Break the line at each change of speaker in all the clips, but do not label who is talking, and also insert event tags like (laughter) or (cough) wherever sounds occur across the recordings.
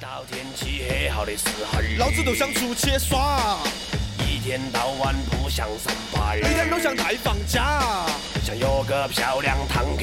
到天漆黑好的时候，
老子都想出去耍，
一天到晚不想上班，
每天都想带放假。
想有个漂亮堂客，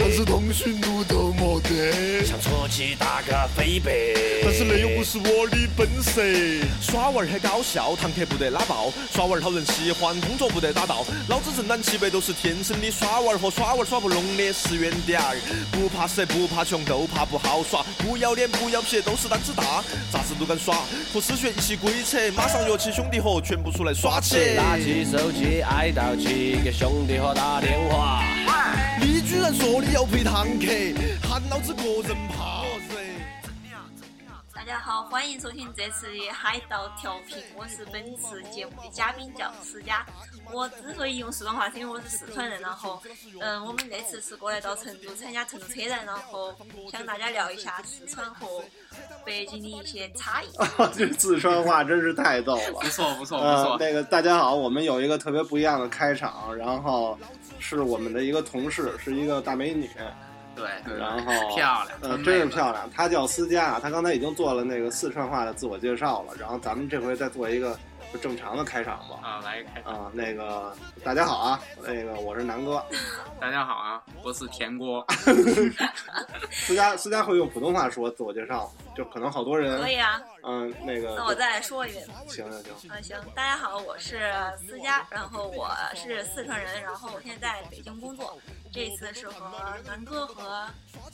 但是通讯录都没得。
想出去打个飞呗，
但是那又不是我的本事。耍娃儿很搞笑，堂客不得拉爆，耍娃儿讨人喜欢，工作不得打到。老子正南七北都是天生的耍娃儿，和耍娃儿耍不拢的是远点儿。不怕蛇，不怕穷，都怕不好耍。不要脸，不要皮，都是胆子大，啥子都敢耍。和师学一起规扯，马上约起兄弟伙全部出来耍起。
拿起手机爱到起，给兄弟伙打电话。
你居然说你要陪堂客，喊老子个人怕噻。
大家好，欢迎收听这次的海盗调频，我是本次节目的嘉宾叫思佳。我之所以用四川话，是因为我是四川人，然后，嗯，我们这次是过来到成都参加成都车展，然后想大家聊一下四川和北京的一些差异。
(laughs) 这四川话真是太逗
(laughs)
了
不。错不错不
呃
错，，
那个大家好，我们有一个特别不一样的开场，然后是我们的一个同事，是一个大美女，
对对，
然后
漂亮，
呃，
美
真是漂亮。她叫思佳，啊她刚才已经做了那个四川话的自我介绍了，然后咱们这回再做一个就正常的开场吧。
啊！来开，
啊、那个大家好啊，那个我是南哥，
大家好啊，我是
(laughs)
田锅，
思佳，思佳会用普通话说自我介绍吗，就可能好多人
可，以啊， (laughs)
嗯、那个，
那我再来说一遍。
行行行， (laughs)
嗯，行，大家好，我是思佳，然后我是四川人，然后我现在在北京工作。这次是和南哥和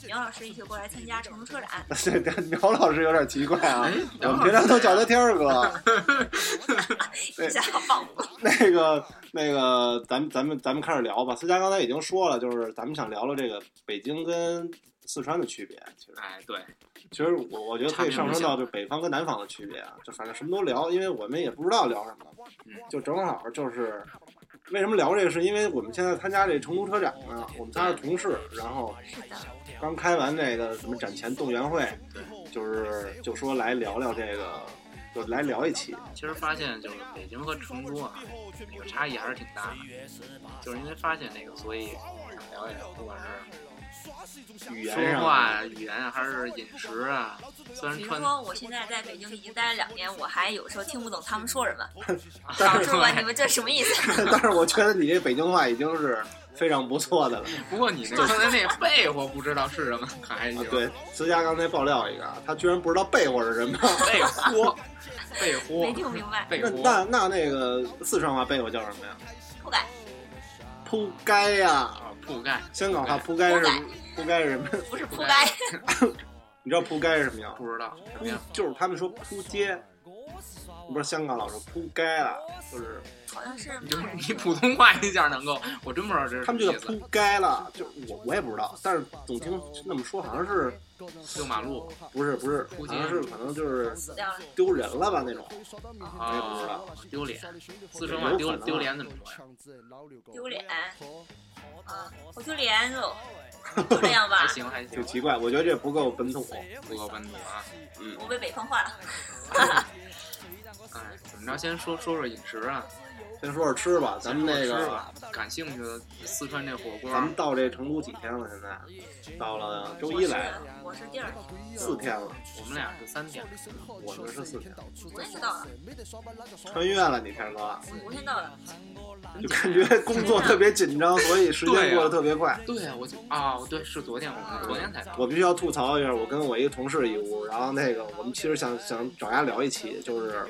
苗老师一起过来参加成都车展。
这个苗老师有点奇怪啊，我
哎苗
们
老
平
师
常都叫他天儿
(laughs)
哥。
一下放过。
(laughs) 那个那个，咱们咱们咱们开始聊吧。思佳刚才已经说了，就是咱们想聊聊这个北京跟四川的区别。其实，
哎，对，
其实我我觉得可以上升到就北方跟南方的区别啊，就反正什么都聊，因为我们也不知道聊什么，
嗯
(laughs) 就正好就是为什么聊这个，是因为我们现在参加这成都车展呢，我们仨是同事，然后
是的，
刚开完那个什么展前动员会，就是就说来聊聊这个，就来聊一期。
其实发现就是北京和成都啊，那个差异还是挺大的，就是因为发现那个，所以想聊一聊，不管是
语言
说
上
话语言啊还是饮食啊，虽然
比如
穿
说我现在在北京已经待了两年，我还有时候听不懂他们说什么。
但 (laughs)
说吧，你们这什么意
(laughs)
思？
但是我觉得你这北京话已经是非常不错的了。
不过你那刚才那被我不知道是什么，可还 (laughs) 行，
啊对，思佳刚才爆料一个啊，他居然不知道被窝是什么。
被豁，被豁
没，听明白，
(laughs)
被
那
豁，
那那那个四川话被窝叫什么呀？
不敢。
铺盖呀，
啊，铺盖，
香港话铺盖是铺盖是什么？ (laughs)
不是铺盖，
你知道铺盖是什么呀？
不知道什么样，
就是他们说扑街，不是香港老说铺盖了，就是
好像是
你就 (laughs) 你普通话一下能够，我真不知道这是
他们
什么
就
意
叫
思
铺，盖了，就我我也不知道，但是总听那么说，好像是
就马路
不是不是，
扑
好
街
像是可能就是
死掉了。
丢人了吧那种。我也不知
啊
道，
丢脸，四川话丢丢
啊
脸怎么说呀？
丢脸，啊，我丢脸了，就这样吧
还。行还
挺
行，
奇怪，我觉得这不够本土。
不够温度啊。
我被北方化了，
哎，怎么着？先说说说饮食啊，
先说说吃吧，咱们那
先说说吃
个，
吧感兴趣的四川这火锅
咱们到这成都几天了？现在到了周一来了，
我是第二天，
四天了，
我们俩是三点，
我们是四天，
我也是到了，
穿越了，你天哥，
我先到了，
嗯
就感觉工作特别紧张，所以时间过得特别快。
对啊，我就啊，对，是昨天我们昨天才到，
我必须要吐槽一下，我跟我一个同事一屋，然后那个我们其实想想找他聊一期，就是，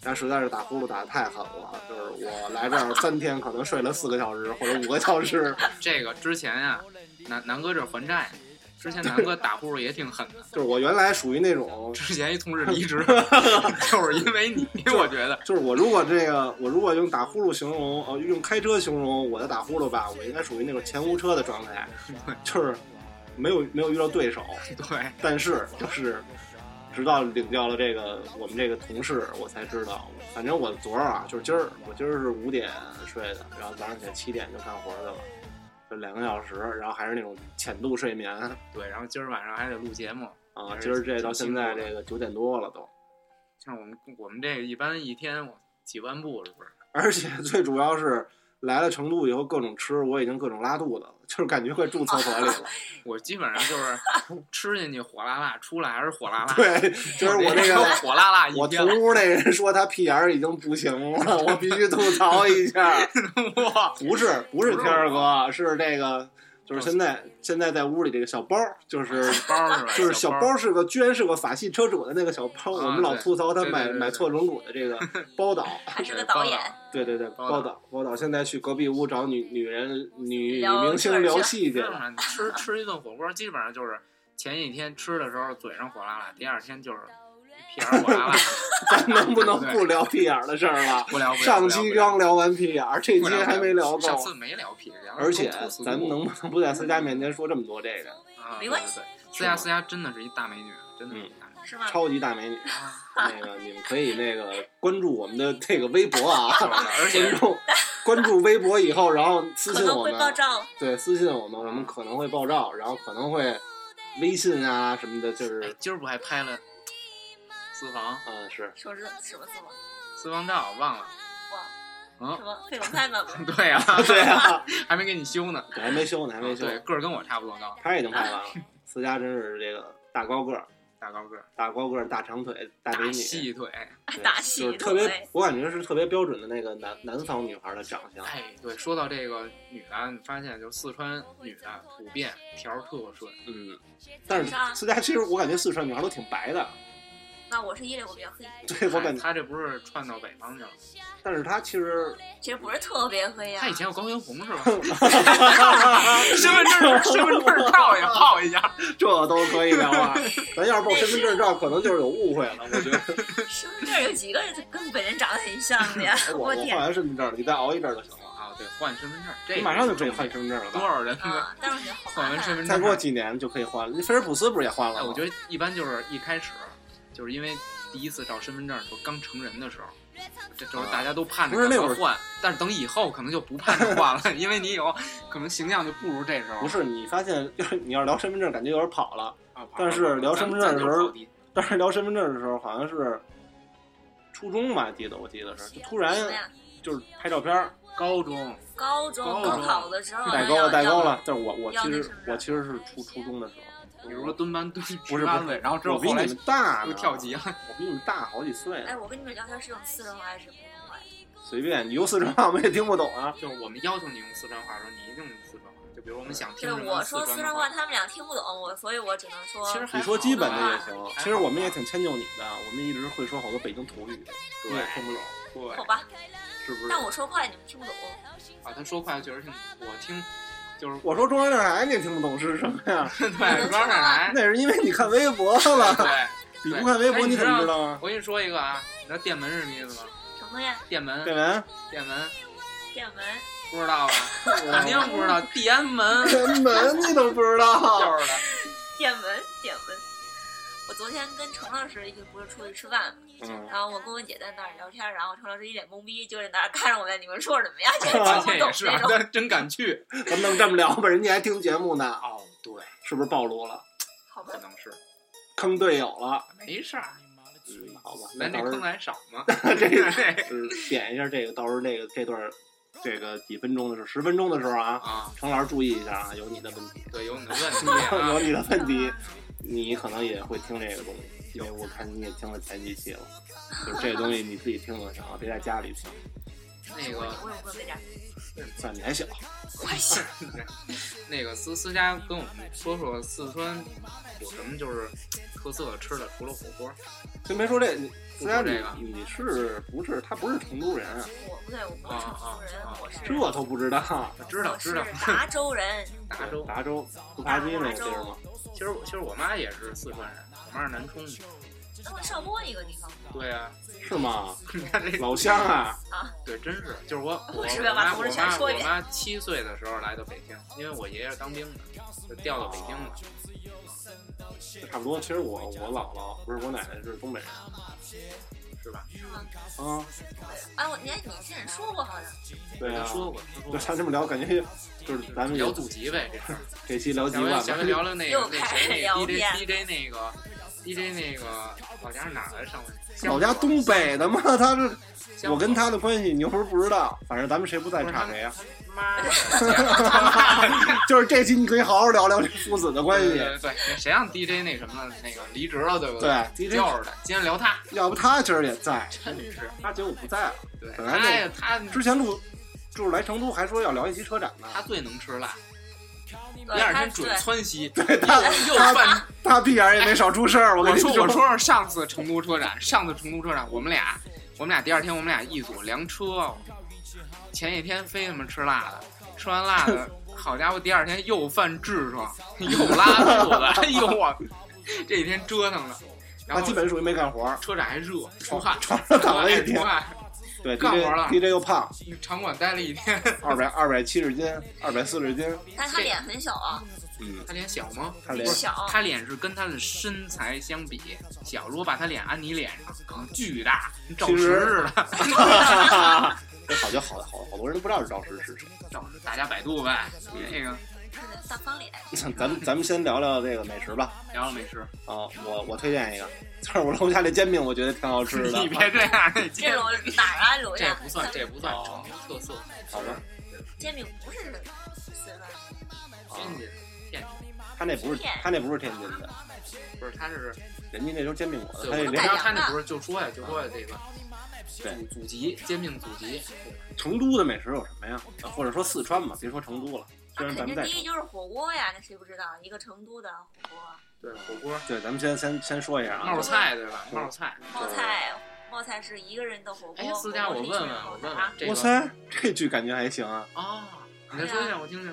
但实在是打呼噜打得太狠了，就是我来这儿三天，可能睡了四个小时或者五个小时，
这个之前啊，南南哥这还债，之前南哥打呼噜也挺狠的，
就是我原来属于那种
之前一同事离职 (laughs) 就是因为你，我觉得
就是我如果这个，我如果用打呼噜形容，呃，用开车形容我的打呼噜吧，我应该属于那种前无车的状态，就是没有没有遇到对手，
对，
但是就是直到领教了这个我们这个同事，我才知道，反正我昨儿啊，就是今儿，我今儿是五点睡的，然后早上起来七点就干活去了，就两个小时，然后还是那种浅度睡眠啊，
对，然后今儿晚上还得录节目。
今儿这到现在这个九点多了都，
像我们我们这个一般一天我几万步是不是？
而且最主要是来了成都以后各种吃，我已经各种拉肚子了，就是感觉快住厕所里
(laughs)
了。
我基本上就是 (laughs) 吃进去火辣辣，出来还是火辣辣。
对，就是我那
(laughs)
个
火辣辣一
我
天
同，屋那人说他屁眼儿已经不行了，我必须吐槽一下。
哇，
不是不是天儿哥，是这个就是现在现在在屋里这个小包，
(laughs)
就是
包是吧？
就是
小
小包是个居然是个法系车主的那个小包，
啊
我们老
对
吐槽他
对对
买
对对
买错轮毂的这
(laughs)
个包导，
还是个
对
导
包
演，
对对对，
包导
包导包导现在去隔壁屋找女女人女女
聊
明星
天儿
聊
去
戏
(laughs)
去
是
了，
吗？你吃吃一顿火锅，基本上就是前几天吃的时候嘴上火辣辣，第二天就是屁眼儿火辣辣。 (laughs)
咱能不能
对
不聊屁眼儿的事儿了？
不聊不聊。
上
不聊
期
不聊
刚聊完屁眼儿，这期
不聊
还没聊够，
上次没聊屁，聊
而且
都吐死
咱们
过
能不
(laughs)
能不在思佳面前说这么多这个
啊，
没关系
对，对对思佳
吗
思佳真的是一大美女，真的
嗯
是一大
(laughs)
美女。
是吗？
超级大美女？
啊
那个你们可以那个关注我们的这个微博
(laughs)
啊，
而且
关注关注微博以后，然后私
可
信
能
我
会
们，
爆照，
对，私信我们，我们可能会爆照，然后可能会微信啊什么的，就是
哎，今儿不还拍了私房
嗯是
说是什么什么
私房照，忘了。啊嗯
什么飞龙派吗？
(laughs) 对啊，
(laughs) 对啊，
还没给你修呢。
我还没修呢，还没修，
对，个儿跟我差不多高，
他已经拍完了，思佳真是这个大高个儿。
大高个儿，
大高个儿、大长腿、大美
大
女，啊
细腿。
对
大细
就是特
腿
别，我感觉是特别标准的那个南南方女孩的长相。
哎，对，说到这个女的，你发现就四川女的普遍条儿特顺，
嗯，但是
是啊
思佳其实我感觉四川女孩都挺白的，
那我是一脸我比较黑，
对我感觉，
哎她这不是串到北方去了？
但是她其实
其实不是特别黑啊呀
她。以前有高原红是
(laughs)
吧？身份证身份证照也报一下。 (laughs)
这都可以聊啊。咱要是报身份证照，可能就是有误会了。我觉
(laughs)
得，
身份证有几个人跟本人长得很像
(laughs)
的呀
哎？我
我
我
天
换！完身份证，你再熬一阵儿就行了。
啊，对，换身份证，
你
这
马上就可以换身份
重点
证了
多
吧？
少人
啊，但是我觉得好
换
麻
完
烦。
身份证？
再过几年就可以换了。菲尔普斯不是也换了
哎，
吗？
我觉得一般就是一开始，就是因为第一次照身份证就刚成人的时候，这就是大家都盼着
不是那
赶
会
快
儿
换，但是等以后可能就不盼着换了， (laughs) 因为你以后可能形象就不如这时候。
不是，你发现 (laughs) 就是你要聊身份证，感觉有点跑了。
啊，跑
但是聊身份证的时候
咱咱就跑题
(laughs) 但是聊身份证的时候，好像是初中吧，记得我记得是，就突然
什么呀？
就是拍照片儿
高中
高中
高中
高考的时候哦
代
要
沟
要
了，代沟了。就是我我
要
其
那
实
身份证
我其实是初初中的时候，
比如说蹲班蹲
不是
十八
不
岁
是，，
然后之后
我比
后
你
来
们大
(laughs) 又
呢，
跳级了，
我比你们大好几岁呢，
哎，我跟你们聊天是用四川话还是普通话呀？
随便你用四川话我们也听不懂啊。
就是我们要求你用四川话的时候，你一定用四川话。就比如我们想听
对，
什么
我说
四
四川话，
话，
他们俩听不懂，我所以我只能说。
其实还
你说基本的也
好
行
吧，
其实我们也挺迁就你的，我们一直会说好多北京土语，
对
你也听不懂，
对
好吧，
是不是
但？我说快你们听不懂，
啊，他说快确实挺，我听
(laughs)
就是
我说中央电视台你也听不懂是什么呀？
对中央电台，
那是因为你看微博了，
对。
你不看微博你怎么知道啊？
我跟你说一个啊，你知道电门是什么意思吗？
什么东西？
电门，
对文， (laughs)
电门，
电门
不知道吧？肯定不知道，地安门就
连门你都不知道，
是的。
(laughs)
电门电门。我昨天跟程老师一起不是出去吃饭嘛，
嗯，
然后我跟我姐在那儿聊天，然后程老师一脸懵逼，就是在那儿看着我在你们说什
(laughs)
么呀？这听
发
不
现
懂
也是啊
这，种。
但真敢去。
嗯咱们能这么聊吗？人家还听节目呢，
哦，对，
是不是暴露了？
好吧
可，能是，
坑队友了，
没事儿，
嗯，好吧，那
咱这
到时
坑啊
候
还少吗？
(laughs) 这
对
嗯点一下这个，到时候这个这段这个几分钟的时候，十分钟的时候啊，
(laughs) 啊，
程老师注意一下啊，有你的问题，
对，有你的问题
(laughs)
啊
有。你的问题，你可能也会听这个东西，因为我看你也听了前几期了，就是这东西你自己听就行了，别在家里听，
那
我
个
我也不能在家。
算你还小，
那个思思佳跟我们说说四川有什么就是特色的吃的，除了火锅，
就没说这，你
不
虽
说
然
这个
你你是不是他不是成都人啊，
我不对，我不是成都人
啊啊啊，
我是
这都不知道。
我知道
我
知道
是。达州人，
达州，
达州猪扒鸡那个地儿吗？
其实我其实我妈也是四川人，我妈是南充的。
那么邵波一个地方。
对啊， (laughs)
是吗？
你看这
老乡啊，
对，真是就是我我
是不
我
是要把
妈
故
我
事全
妈
说一
我
遍
妈七岁的时候来到北京，因为我爷爷是当兵的，就调到北京了。
差不多。其实我我姥姥不是我奶奶是东北人
是吧？
啊，
哎，我你看你之前说过好像，
对
他
啊。
说过，他说
就
过。
像这么聊，感觉就是咱们
聊
有
祖籍呗，这事儿。
这期聊几
下回
万
下
吧
回。聊聊那个
又
那
开始
谁
聊
那 DJ
天
DJ 那个 DJ 那个老家是哪儿来上过？
老家东北的
(laughs)
嘛，他是
江
我
河
跟他的关系，你又不是不知道。反正咱们谁不在啊
不是
差谁呀、
他妈的，他妈的
啊？就是这期你可以好好聊聊这父子的关
对
系。
对对，谁让 DJ 那什么那个离职了，对不
对 DJ
就是的，今天聊他，
要不他今儿也在，
真是
他结果不在了。
对，
本来就
他也他
之前录就是来成都还说要聊一期车展呢，
他最能吃辣，
对
第二
呃他
天准
对
窜稀，
他
(laughs) 又犯。
他闭眼也没少出事儿。我跟
我
你
说我说上次成都车展，上次成都车展，我们俩我们俩第二天我们俩一组量车，前一天非他妈吃辣的，吃完辣的，好家伙，第二天又犯痔疮，又拉肚子， (laughs) 哎呦我这几天折腾的，然
他
后
基本属于没干活儿，
车展还热，出
(laughs)
汗，
床上躺了一
出
天。
汗，
对
干活了
，DJ DJ 又胖，
场馆待了一天，
二百二百七十斤，二百四十斤，
但他脸很小啊，
嗯，
他脸小吗？
他脸
很小，
他脸是跟他的身材相比小，如果把他脸按你脸上，可能巨大，跟赵石似的。
(laughs) 这好就好，好好多人都不知道是赵石是谁。
赵石，大家百度呗。这个
大方脸。
(laughs) 咱们咱们先聊聊这个美食吧。
聊聊美食，
啊，我我推荐一个，就是我楼下这煎饼，我觉得挺好吃的。
你别这样，
这
这
楼哪儿啊？楼
这
呀？
不算，这不算
哦
成都特色，
好吧，
煎饼不是四川，
哦
天津天津
他那不是他那不是天津的，
不是，他是
人家那都是煎饼果子，
对，
他那
我
连
刚他那不是就说呀，就说呀这个。
对
祖祖籍煎饼祖籍，
成都的美食有什么呀？啊或者说四川吧，别说成都了，虽然
肯
咱们
定
在
第
成
一就是火锅呀，那谁不知道？一个成都的火锅，
对火锅
对，咱们先先先说一下啊
冒，菜对吧？冒菜。
冒菜，冒菜是一个人的火锅。
哎，私家我问问，我问
啊
问这
哇
个
塞，这句感觉还行啊，
啊，你再说一下我听听。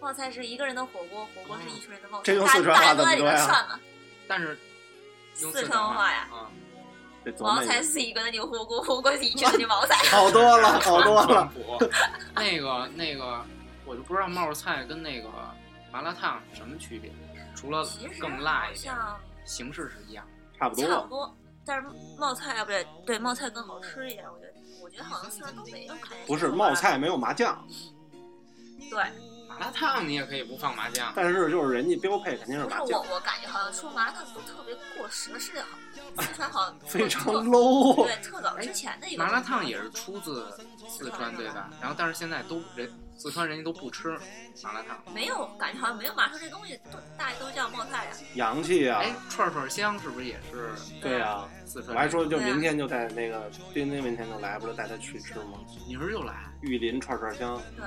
冒菜是一个人的火锅，火锅是一群人的冒菜。
这用四川话怎么说呀
算了，
但是用
四
川
川话呀
啊，
这琢
冒
磨一下
菜是一个人的火锅，火锅是一群人的冒菜。
好多了， (laughs) 好多了。
了。啊 (laughs) 那个那个，我就不知道冒菜跟那个麻辣烫有什么区别，除了
其实
更辣
好
一点，
像
形式是一样。
差不多
差不
了。
多，但是冒菜啊，不对，对冒菜更好吃一点，我觉得。我觉得好像四川东北都开。
不是冒。菜没有麻酱，
对，
麻辣烫你也可以不放麻酱，
但是就是人家标配肯定是
不是
麻
我
酱，，
我感觉好像说麻辣烫都特别过时了，是好，四川好像
(laughs) 非常
特
low。
对，特早之前的一个
哎麻辣烫也是出自四川对吧？然后但是现在都人四川人家都不吃麻辣烫。
没有感觉，好像没有麻辣烫这东西都大家都叫冒菜呀、
(laughs) 洋气啊！
哎，串串香是不是也是
对啊，
四川人？
我还说就明天就带那个丁丁明天就来，不是带他去吃吗？
你是又来，
玉林串串香，
对，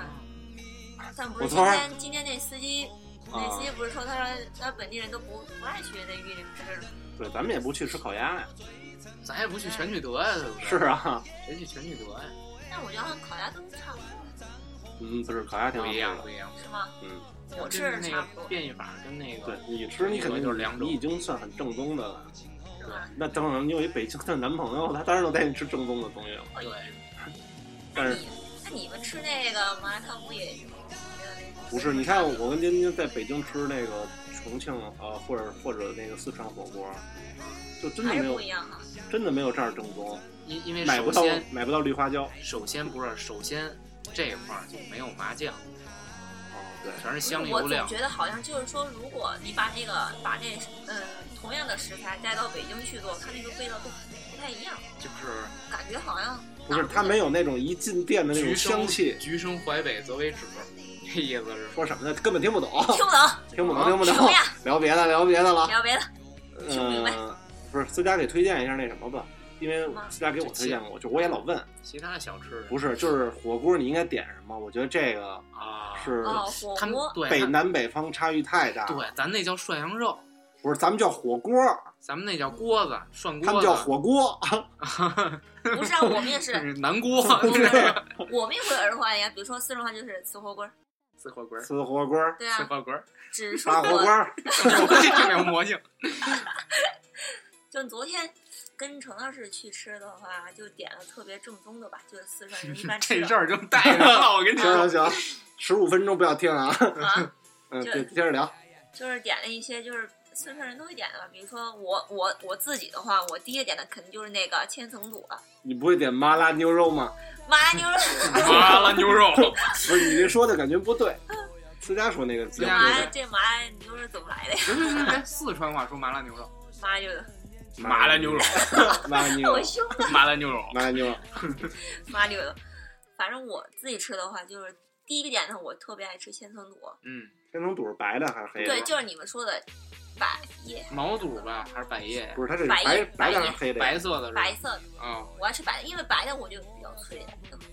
但不是
我
今
昨儿
天今天那司机，那
啊
司机不是说他说他本地人都不不爱去那玉林吃
对，咱们也不去吃烤鸭呀。
咱也不去全聚德呀，对不对？
是，啊，
谁去全聚德呀？
但我觉得好像烤鸭都差不多，
嗯，不是烤鸭挺
不
好
一
吃
样，
的
不。一样。
是吗？
嗯，
我吃
跟
的
那
差不
个
多，
变异法跟那
对
个
你吃你肯定
就是两种
你已经算很正宗的了。
是吗？
那当然，你有一北京的男朋友，他当然能带你吃正宗的东西了。
对，
但
那
是
你那你们吃那个麻辣烫不也有那个
不是？你看我跟丁丁在北京吃那个重庆呃，或者或者那个四川火锅，就真的
还
没
是
有
不一样啊？
真的没有这儿正宗，
因因为
买
首
不到
先
买不到绿花椒。
首先不是首先这一块儿就没有麻酱，
哦，对，
全
不
是
是
香
我
油
总
料。
觉得好像就是说，如果你把那个把那嗯同样的食材带到北京去做，它那个味道都不太一样，
就是
感觉好像
不是他没有那种一进店的那种
橘生
香气。
橘生淮北则为枳， (laughs) 这意思是
说什么呢？根本听不懂，
听不懂，
听不懂，
啊
听不懂
什么呀。
聊别的，聊别的了。
聊别的。听不明白
嗯，不是，思佳给推荐一下那什么吧，因为
吗
思佳给我推荐过，就我也老问，
其他的小吃
不是，就是火锅你应该点什么？我觉得这个
啊，
是
哦，火
他们
锅
对
北
他
南北方差异太大。
对，咱那叫涮羊肉，
不是，咱们叫火锅，
咱们那叫锅子涮锅子，
他们叫火锅。 (laughs)
不是啊，我们也
这
嗯
是，
是 (laughs) 南锅，
(laughs)
我们也会儿化呀。比如说四川话就是吃火锅儿，
四火锅儿，
吃火锅，
对
四
啊，
火
(laughs)
锅儿， (laughs)
只说
大火锅。
这没有魔性。
就昨天跟程老师去吃的话，就点了特别正宗的吧，就是四川人一般吃
(laughs) 这
的。
事儿就带上了，我跟你
行行
说，
行，十五分钟不要听啊。
啊，
嗯，
这
对，接着聊。
就是点了一些就是四川人都会点的吧。比如说我我我自己的话，我第一个点的肯定就是那个千层肚了，啊
你不会点麻辣牛肉吗？
麻辣牛 (laughs) 肉，
麻辣牛肉，
不是，你这说的感觉不对。思佳说那个
思
比较
佳
对
麻辣
的
这麻辣牛肉怎么来的呀？
(laughs) 别别别别，四川话说麻辣牛肉，
麻油的，
哎麻辣牛肉，
麻辣牛
好
肉，
凶，
(laughs) 麻辣牛肉，
麻辣牛肉，
麻牛的。反正我自己吃的话，就是第一个点呢，我特别爱吃千层肚，啊
嗯，
千层肚是白的还是黑的？
对，就是你们说的百叶
毛肚吧还是百叶呀？
不是它是
白
白
叶
白的
白
还
叶
是黑的？
白色的是吧
白色的，
啊
我爱吃白的，因为白的我就比较脆，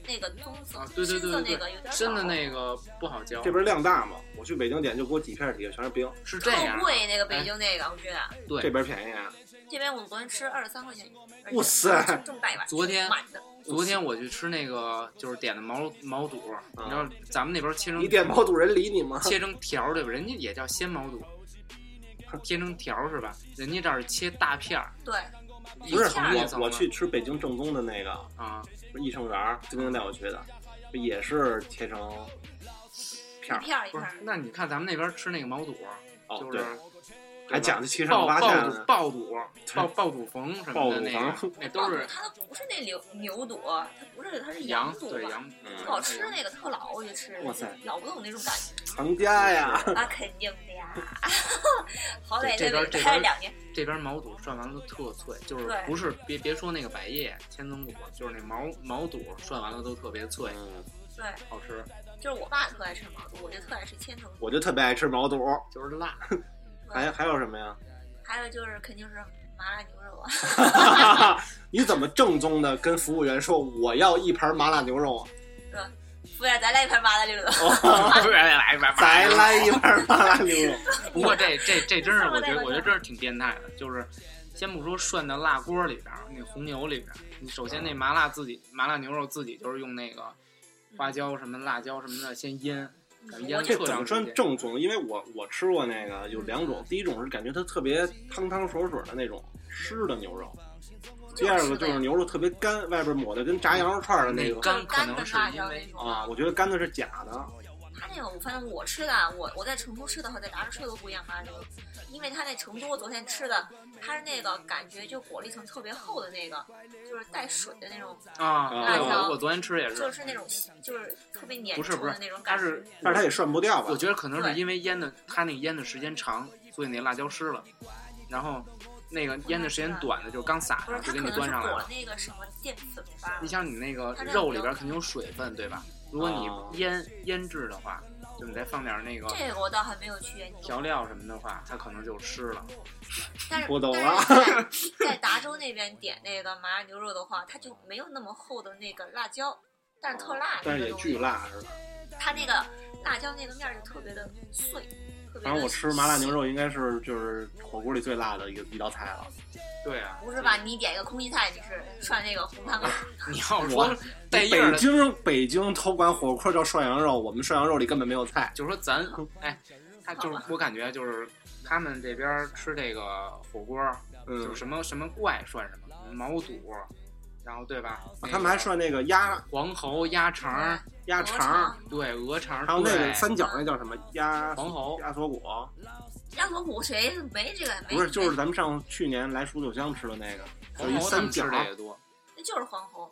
那个棕色、
啊，对对对
深色
对
那个有
对，
点
深的
薄
那个不好嚼
这，边量大嘛，我去北京点就给我几片儿底下全是冰，
是这样啊哎
特
的。
贵，那个北京那个，我觉得
这
对，
边便宜啊。
这边我昨天吃二十三块钱，而且
哇塞
就这么大一碗，
昨天
满的，
昨天我去吃那个就是点的毛毛肚，你知道咱们那边切成
啊你点毛肚人理你吗？
切成条儿对吧？人家也叫鲜毛肚，切成条儿是吧？人家这儿切大片儿，
对，
(laughs) 一
不是
切儿
层一层
我，我
的
去吃北京正宗的那个
啊，
益盛园儿，丁丁带我去的，也是切成片
一片
儿，
儿一
不
片
是
儿，。
那你看咱们那边吃那个毛肚，
哦
就
对
是，
还讲究七上
爆
八
爆
下
肚
呢。(laughs)
爆肚爆爆肚冯什么的那
爆肚 (laughs)
个，那都是
哦它都不是那牛牛肚，它不是，它是
羊
肚
对
吧？
羊肚
嗯，
不好吃那个特老，我就吃，
哇塞
咬不动那种感
(laughs)
觉。
行家呀， (laughs)
啊，肯定的呀， (laughs) 好歹在
这边
北
这
京
边
待了两年，
这边毛肚涮完了都特脆，就是
对
不是别别说那个百叶千层肚，就是那毛毛肚涮完了都特别脆，
嗯
对，
好吃，
就是我爸特爱吃毛肚，我就特爱吃千层肚。
我就特别爱吃毛肚。
就
(laughs)
是辣。 (laughs) 哎
还还有什么 (laughs) 呀？
还有就是肯定是麻辣牛肉啊， (laughs)
你怎么正宗的跟服务员说我要一盘麻辣牛肉 (laughs) 啊？
服务员，咱来一盘麻辣牛肉。(laughs)
哦来来来，
再哎来一盘麻辣牛肉。
不
(laughs)
过这这这真是，我觉
上
得
来
我觉得真是挺变态的。就是，先不说涮到辣锅里边儿，那红牛里边儿，你首先那
嗯
麻辣自己麻辣牛肉自己就是用那个花
嗯
椒什么辣椒什么的先腌，感觉腌
这
特
怎么
长时
算
间。
正宗？因为我我吃过那个有两种，第一种是感觉它特别汤汤水水的那种湿的牛肉，
哦
第二个就是牛肉特别干，外边抹的跟炸羊肉串儿的那
那
个
干可
干
能
的
是
辣
因
椒
为
那种
啊，我觉得干的是假的。
他那个，我反正我吃的啊，我我在成都吃的和在达州吃的都不一样麻辣牛肉，因为他那成都我昨天吃的，它是那个感觉就裹了一层特别厚的那个，就是带水的那种，
啊，
辣
对我
椒
我昨天吃也，
就是是那种就是特别粘
不是
稠
不是
的那种，
它
感觉。
是
但是它也涮不掉吧？
我觉得可能是
对
因为腌的，它那个腌的时间长，所以那辣椒湿了，然后那个腌的时间短的，就是刚撒
不是
上
它
就
可能
给你
是裹
端上来了
了。那个什么淀粉吧
你？像你那个
它那
肉里边肯定有水分，对吧？如果
啊
你腌腌制的话，就你再放点那个
哦这个我倒还没有去研
调
究，
料什么的话，它可能就湿了。
但是
我懂
但是
(laughs)
在在达州那边点那个麻辣牛肉的话，它就没有那么厚的那个辣椒，但是特辣，
但是也巨，辣是吧？
它那个辣椒那个面儿就特别的碎，特别的
反正我吃麻辣牛肉应该是就是火锅里最辣的一个一道菜了。
对啊，
不是吧？你点一个空心菜，你是涮那个红汤啊？
(laughs)
你要
我
说带叶儿
北
的，
京北京头管火锅叫涮羊肉，我们涮羊肉里根本没有菜。
就是说
(laughs)
咱哎，他就是我感觉就是他们这边吃这个火锅，
嗯
就是，什么什么怪涮什么毛肚，然后对吧？
啊
那
他们还
个
涮那个鸭
黄喉、鸭肠，
鸭
鹅
肠，
对，鹅肠，
还有那
对
个三角那叫什么鸭
黄喉
鸭锁骨，
鸭锁骨谁没这个？没
不是就是
没
咱们上去年来蜀九香吃的那个，就
黄
一
喉他
三
们吃
角，
的也多，
那就是黄喉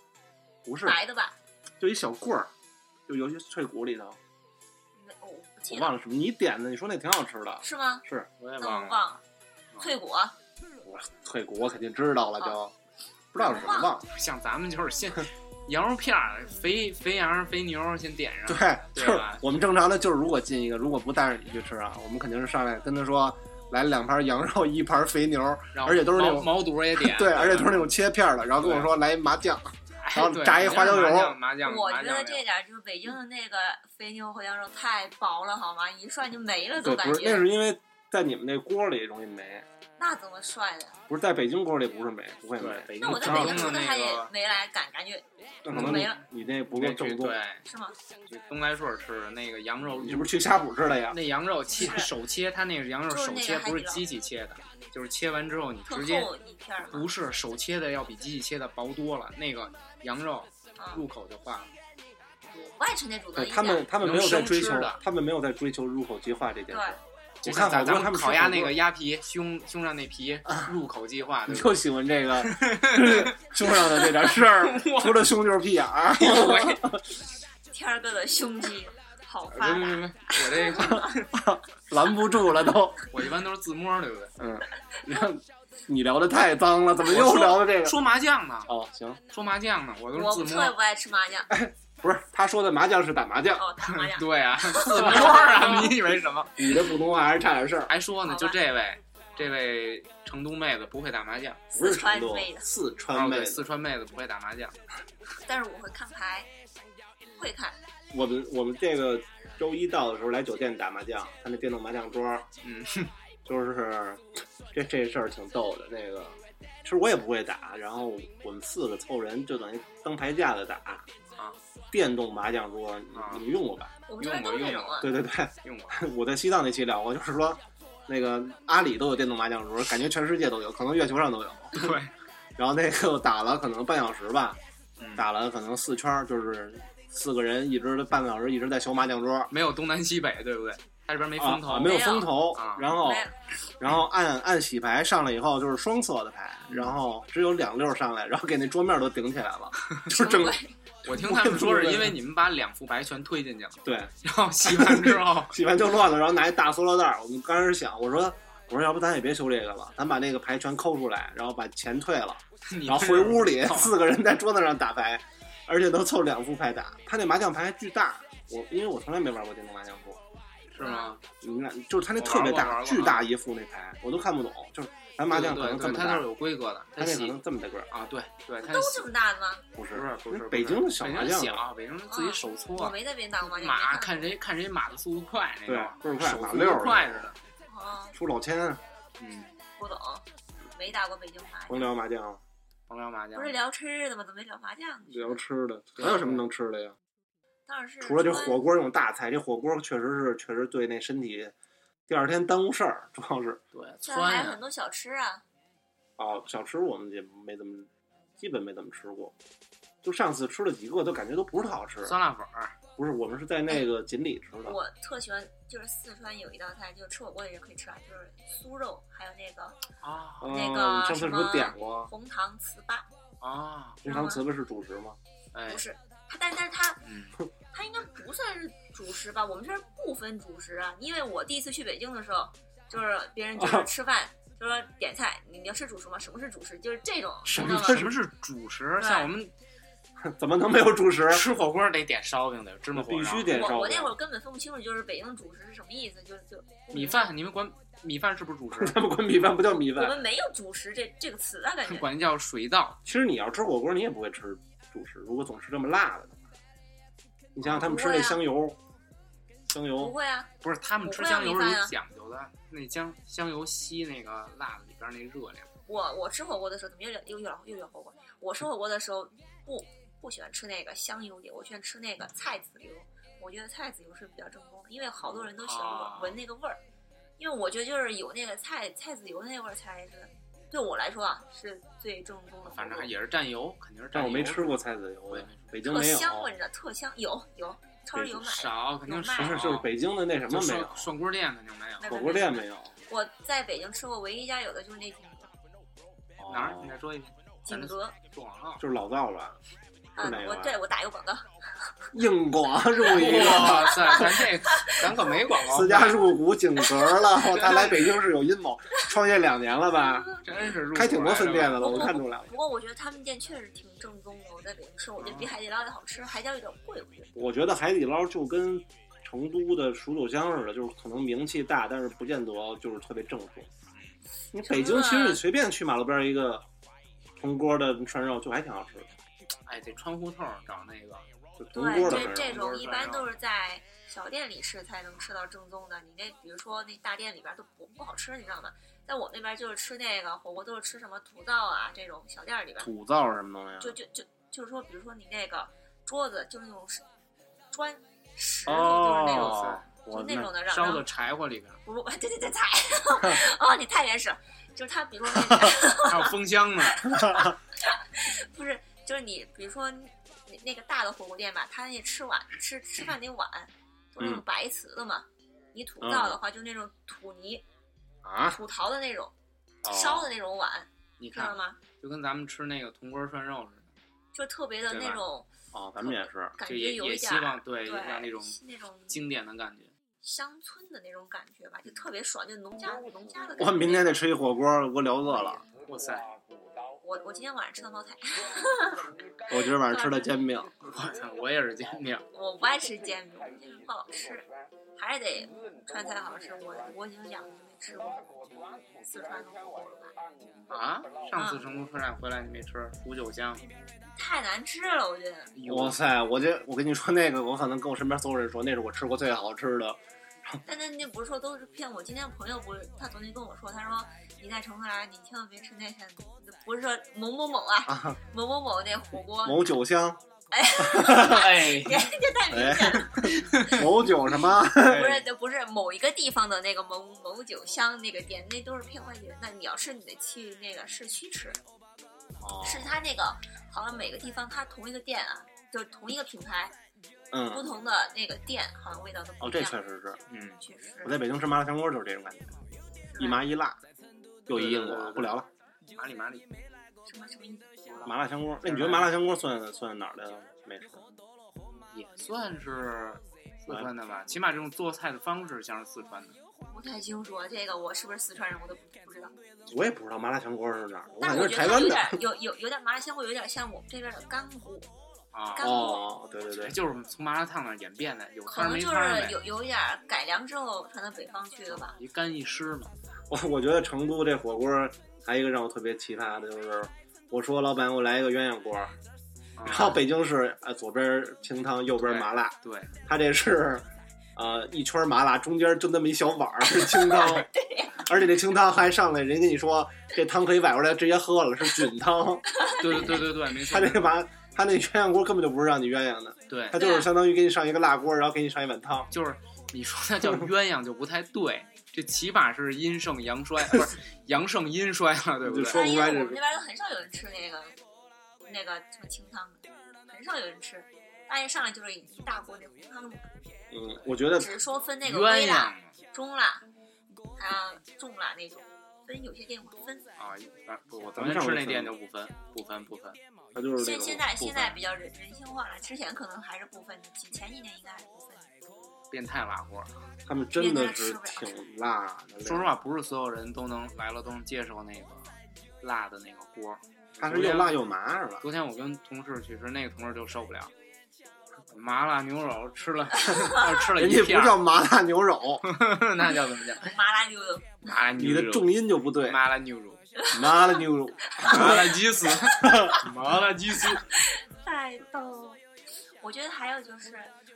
不是
白的吧？
就一小棍儿，就尤其脆骨里头，
没我不记
我
得
忘了什么。你点的，你说那挺好吃的，
是吗？
是
我也
那我
忘
忘了，
了。
脆骨。
我脆骨我肯定知道
哦
了，就不知道是什么
忘
忘了。
(laughs) 像咱们就是先羊肉片儿，肥肥羊、肥牛先点上，
对，就
对
是
吧
我们正常的，就是如果进一个，如果不带着你去吃啊，我们肯定是上来跟他说，来两盘羊肉，一盘肥牛，
然后
而且都是那
毛
种，
毛肚也点
(laughs)
哎
对，而且都是
(laughs)
那种切片儿的，然后跟我说来一麻酱，然后炸一花椒油
油，麻酱，
我
麻
觉得
酱
这
料
点儿就是北京的那个肥牛和羊肉太薄了，好吗？一涮就没了，
对，
总感
不是，那
觉。
是因为在你们那锅里容易没，
那怎么涮的？
不是在北京锅里不是没，不会没
对，，北
那我在
正
北
好
京吃
的
的它
那
也
个
没来感，感觉
那可能
没
你
了
你那不
那
够
去
正宗。
对，
是吗？
去东来顺吃的那个羊肉
你是不是去呷哺吃的呀？
那羊肉切
是
手切，它那个羊肉
就是
手
那个
切
海
不是
底捞
机器切的，就是切完之后你
特
直接
厚一片儿嘛。
不是手切的要比机器切的薄多了，那个羊肉
嗯
入口就化了，
我不爱吃那种的
对
一点儿。
他们，他们没有在追求
能生吃的，
他们没有在追求入口即化这件事。
对
就
我看
像
好
咱
多他
咱们
们吃
烤鸭
火
那
锅
个鸭皮胸胸上那皮入口即化，
你
对吧？
就喜欢这 (laughs) 个胸上的这点事 (laughs) 儿，除了胸就是屁眼儿。
天儿哥的胸肌好
不
发
不
达，
不，我
(laughs)
这个
(laughs) 拦不住了都。 (laughs)
我一般都是自摸，对不对？
嗯，你看你聊的太脏了，怎么又
说
聊到这个？
说麻将呢，
哦，行，
说麻将呢，我都
我
是自摸
特。别不爱吃麻酱，
不是他说的麻将是打麻将， (laughs)
哦，打麻酱。
对
(laughs)
啊，自摸啊，你以为什么？
你的普通话还是差点事
哎
儿。
还说呢，
好吧
就这位，这位成都妹子不会打麻将，
不是
四
成
川
都
妹，的，
四
哦
川妹
对，。四川妹子不会打麻将。
但是我会看牌，会看。
我们我们这个周一到的时候来酒店打麻将，他那电动麻将桌，
嗯，
就是这这事儿挺逗的。那个其实我也不会打，然后我们四个凑人就等于当牌架子打
啊。
电动麻将桌，你
啊
你用过吧？
我们这边都这种啊，
对对对，
用
(laughs)
过，
我在西藏那期聊过，就是说那个阿里都有电动麻将桌，感觉全世界都有，可能月球上都有。
对，
然后那个打了可能半小时吧，
嗯
打了可能四圈儿，就是四个人一直半个小时一直在修麻将桌。
没有东南西北，对不对？他这边没
啊
风头，
啊，没有
没有
风头
啊，
然后
没有
然后按按洗牌上来以后就是双色的牌，然后只有两溜上来，然后给那桌面都顶起来了， (laughs) 就是整
对
我听他们说是因为你们把两副牌全推
(laughs)
进去了，
对
然后洗完之后
洗完就乱了，然后拿一大塑料袋儿。我们刚开始想，我说我说要不咱也别修这个了，咱把那个牌全抠出来，然后把钱退了，
你
然后
们
回屋 (laughs) 里
操
四个人在桌子上打牌，而且都凑两副牌打。他那麻将牌巨大，我因为我从来没玩过电动麻将桌， (laughs)
是吗？
你看就是他那特别
我玩过
大
玩过嗯
巨大一副那牌，我都看不懂，就是咱麻将可
对
能这
对，
么
他那
大
是。有规格的，
他那
他
可
洗
能这么大个儿，
啊，对对，
(laughs)
他
都
洗
这么大的吗？
不
不是不是，
北京的小麻将
北京小，北京自己手搓，
我没在边打过麻将，
马
没看
看谁看谁马的速度快那
对
种，
倍儿快
手
马
速
溜儿
跟快似的。
过。哦，
出老千，
嗯，
不懂，没打过北京麻将。
甭聊麻将，
甭聊麻将，
不是聊吃的吗？怎么没聊麻将呢？
聊吃的，还有什么能吃的呀？
当然是
除了这火锅用大菜，这火锅确实是确实对那身体，第二天耽误事儿，主要是
对
川，现在还
川
有
呀
很多小吃啊，
哦，小吃我们也没怎么，基本没怎么吃过。就上次吃了几个，都感觉都不是特好吃。
酸辣粉儿，
不是，我们是在那个锦里吃的。
我特喜欢，就是四川有一道菜，就是吃火锅的人可以吃啊，就是酥肉，还有那个
啊
嗯，
那
你
个
上次是不
什
是
么
点过？
红糖糍粑，
啊，
红糖糍粑是主食吗？ (laughs)
哎
不，是它，但但是它
嗯，
它应该不算是主食吧？我们这儿不分主食啊，因为我第一次去北京的时候，就是别人
哦
就是吃饭，就说点菜，你你要吃主食吗？什么是主食？就是这种，
什
你知
么
道
什
吗？
么是主食？
对
像我们
怎么能没有主食？
吃火锅得点烧饼，得有芝麻火烧，
必须点
我
烧
我
饼
那。会儿根本分不清楚，就是北京的主食是什么意思，就就
米。饭，你们管米饭是不是主食？
他 (laughs) 们管米饭不叫米
我
饭。
们没有主食这这个词啊，感觉
管叫水稻，
其实你要吃火锅，你也不会吃主食。如果总吃这么辣的的话，你想想他们吃那香油，
啊
香
不
油
会啊，
不是他们吃
我不
香
让
油
米
是
饭
有
啊
讲究的，那香香油吸那个辣子里边那热量。
我我吃火锅的时候，怎么又聊又又聊又聊火锅？我吃火锅的时候不不喜欢吃那个香油油，我喜欢吃那个菜籽油。我觉得菜籽油是比较正宗的，因为好多人都喜欢
啊
闻闻那个味儿，因为我觉得就是有那个菜菜籽油那味儿才是对我来说啊是最正宗的火锅。
反正也是蘸油，肯定是蘸油。
哦但我没吃过菜籽油
我也
的
没，吃
北京
特
没有。
香，闻着特香，有有超市有买的。
少，肯定
不
少。
是，就是北京的那什么
就
没有
涮，涮锅店肯定没有。
那
火锅店没有。
我在北京吃过唯一一家有的就是那景德，
哪儿？你再说一遍。咱
景
这
德
做广
(laughs)
告。
就是老灶吧，
啊
哪，个
我对我打一个广告，
硬广
(laughs)
入一个，
哇塞，咱这咱可没广告
私
费，
家入股景德了。我他来北京是有阴谋，创业两年了吧，
真是入啊
开挺多分店
的。
的了，我看出来了。
不过我觉得他们店确实挺正宗的，我在北京吃，我觉得比海底捞的好吃，海底捞有点贵，我觉得。
我觉得海底捞就跟成都的蜀九香似的，就是可能名气大，但是不见得就是特别正宗。你北京其实你随便去马路边一个铜锅的涮肉，就还挺好吃的，
哎，得穿胡同找那个。
就铜
对，
锅的
这
涮
这
肉。
种一般都是在小店里吃才能吃到正宗的，你那比如说那大店里边都不不好吃，你知道吗？在我那边就是吃那个火锅都是吃什么土灶啊这种小店里边，
土灶是什么东西
就
啊？
就就就是说，比如说你那个桌子就是那种石砖石头，就是那种。
哦，
就
我
那种的，让
烧
让
到柴火里边，
不不， (laughs) 对对对，菜，哦，你太原始了，就是他，比如说那个， (laughs)
还有封箱 (laughs) 呢。
不是，就是你，比如说那那个大的火锅店吧，他那吃碗吃吃饭那碗，都是那种白瓷的嘛。你土灶的话，就那种土泥、
啊，
土陶的那种、
哦
烧的那种碗，
你
知道
看，
吗？
就跟咱们吃那个铜锅涮肉似的，
就特别的
对吧
那种
哦，咱们也是，
感
就
觉，
也
有
也
一点
希望
儿
对
对
让那种
那种
经典的感觉。
乡村的那种感觉吧，就特别爽，就农家农家的感觉。
我明天得吃一火锅，我聊饿了。
哇塞，
我我今天晚上吃的冒菜，
我今儿晚上吃的煎饼，
我操，我也是煎饼，
我不爱吃煎饼，煎饼不好吃，还是得川菜好吃。我我已经两年没吃过四川的火锅了吧，
啊！上次成都车展回来你没吃五九香，
哎太难吃了，我觉得。
哇塞！我这我跟你说那个，我可能跟我身边所有人说，那是我吃过最好吃的。
但那那不是说都是骗我。今天朋友不是，他昨天跟我说，他说你在成都来，你千万别吃那些，不是说某某某啊，
啊
某某某那火锅，
某酒香，
哎，
(laughs) 这这太明显了， (laughs)
某酒什么？
哎
不是就不是某一个地方的那个某某酒香那个店，那都是骗外地人的。你要是你得去那个市区吃，
哦
是他那个好像每个地方它同一个店啊，就是同一个品牌，不
嗯，
同的那个店好像味道都不
哦，
一
这
样。
确实是。
嗯，
确实，
我在北京吃麻辣香锅就是这种感觉，一麻一辣，又一硬了，不聊了。
麻里麻里，
什么什么意思
麻辣香锅，那你觉得麻辣香锅算算哪儿的美食？
也算是四川的吧，起码这种做菜的方式像是四川的。
不太清楚啊，这个我是不是四川人，我都不不知道。
我也不知道麻辣香锅是哪儿的，我
但是
感觉
我
是
觉
台
得它
湾
有
的
点。有有有点麻辣香锅，有点像我们这边的干锅，
啊，
干锅、
哦，对对对
哎，，就是从麻辣烫那儿演变的，有
可
汤
能
没
就
汤儿呗
是，有有一点改良之后传到北方去的吧。
一干一湿
(laughs)
嘛。
我我觉得成都这火锅还有一个让我特别奇葩的就是，我说老板我来一个鸳鸯锅，
啊
然后
嗯
北京是呃左边清汤，右边麻辣，
对，
他这是呃一圈麻辣，中间就那么一小碗儿是
(laughs)
清汤，而且这清汤还上来人跟你说这汤可以崴过来直接喝了，是菌汤，
对对对对对，没错
他。这麻他那鸳鸯锅根本就不是让你鸳鸯的，
对
他，就是相当于给你上一个辣锅，然后给你上一碗汤。
就是你说
(laughs)
它叫鸳鸯就不太对，这起码是阴盛阳衰，不
(laughs)
是阳盛阴衰了，对不
就
对？
说
但
不
因为
歪这
我
个
们那边很少有人吃那个那个什么清汤的，很少有人吃。大家上来就是一大锅那红汤的，
嗯，我觉得
只是说分那个微
鸳鸯
辣、
嘛
中辣，还有重辣那种，分有些店会分。
啊，反不，我昨天吃那店就不分，不分不分。
他就是那
现
种
现在
部
现
分
在比较人人性化了，之前可能还是不分的，前前几年应该还是不分。
变态辣锅，
他们真的是挺辣的。
说实，话，不是所有人都能来了都能接受那个辣的那个锅。
它是又辣又麻是吧？
昨天我跟同事去吃，那个同事就受不了，麻辣牛肉
(laughs)
吃了吃了
人
一
家
片
不
儿，
叫麻辣牛肉，
(laughs) 那叫怎
(laughs)
么讲？
哎
麻辣牛肉，
麻辣
你
牛
的
肉，
重音就不对。
麻辣牛
(laughs)
肉，
麻辣牛肉，
麻辣
(laughs)
鸡丝，麻辣鸡丝。
太逗了。我觉得还有就是，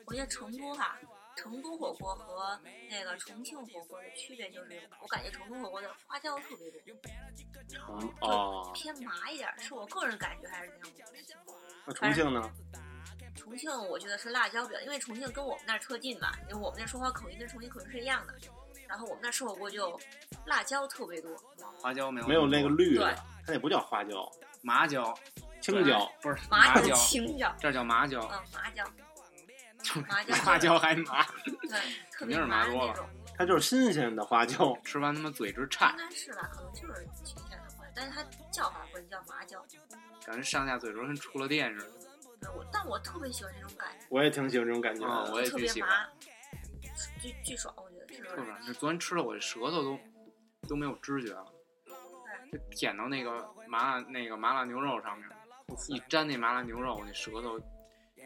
我觉得成都哈、成都火锅和那个重庆火锅的区别就是，我感觉成都火锅的花椒特别多，
哦，
偏麻一点儿，是我个人感觉还是这样的。
那重庆呢？
重庆我觉得是辣椒比较，因为重庆跟我们那儿特近嘛，因为我们那儿说话口音跟重庆口音是一样的。然后我们那儿吃火锅就辣椒特别多，
花椒没有
没有那个绿
对
的，它也不叫花椒，
麻椒，
青椒。
不是
麻
椒，
青椒，
这叫麻椒，
嗯，麻椒，麻
(laughs)
椒，
花椒还麻，
对，特
肯定
别
是麻
麻的
多
那
了
种。
它就是新鲜的花椒。
吃完他妈嘴直
应
颤，
该是吧，可能就是新鲜的话，但是它叫法不是叫麻椒。
感觉上下嘴唇跟触了电似的。
对我，但我特别喜欢这种感觉，
我也挺喜欢这种感觉
啊，
的。
我也
特
巨
别
喜欢，
麻，巨巨爽，我觉得是不
特
是？
爽。这昨天吃的我这舌头都都没有知觉了，
嗯
就舔到那个麻辣那个麻辣牛肉上面，
嗯
一沾那麻辣牛肉，我那舌头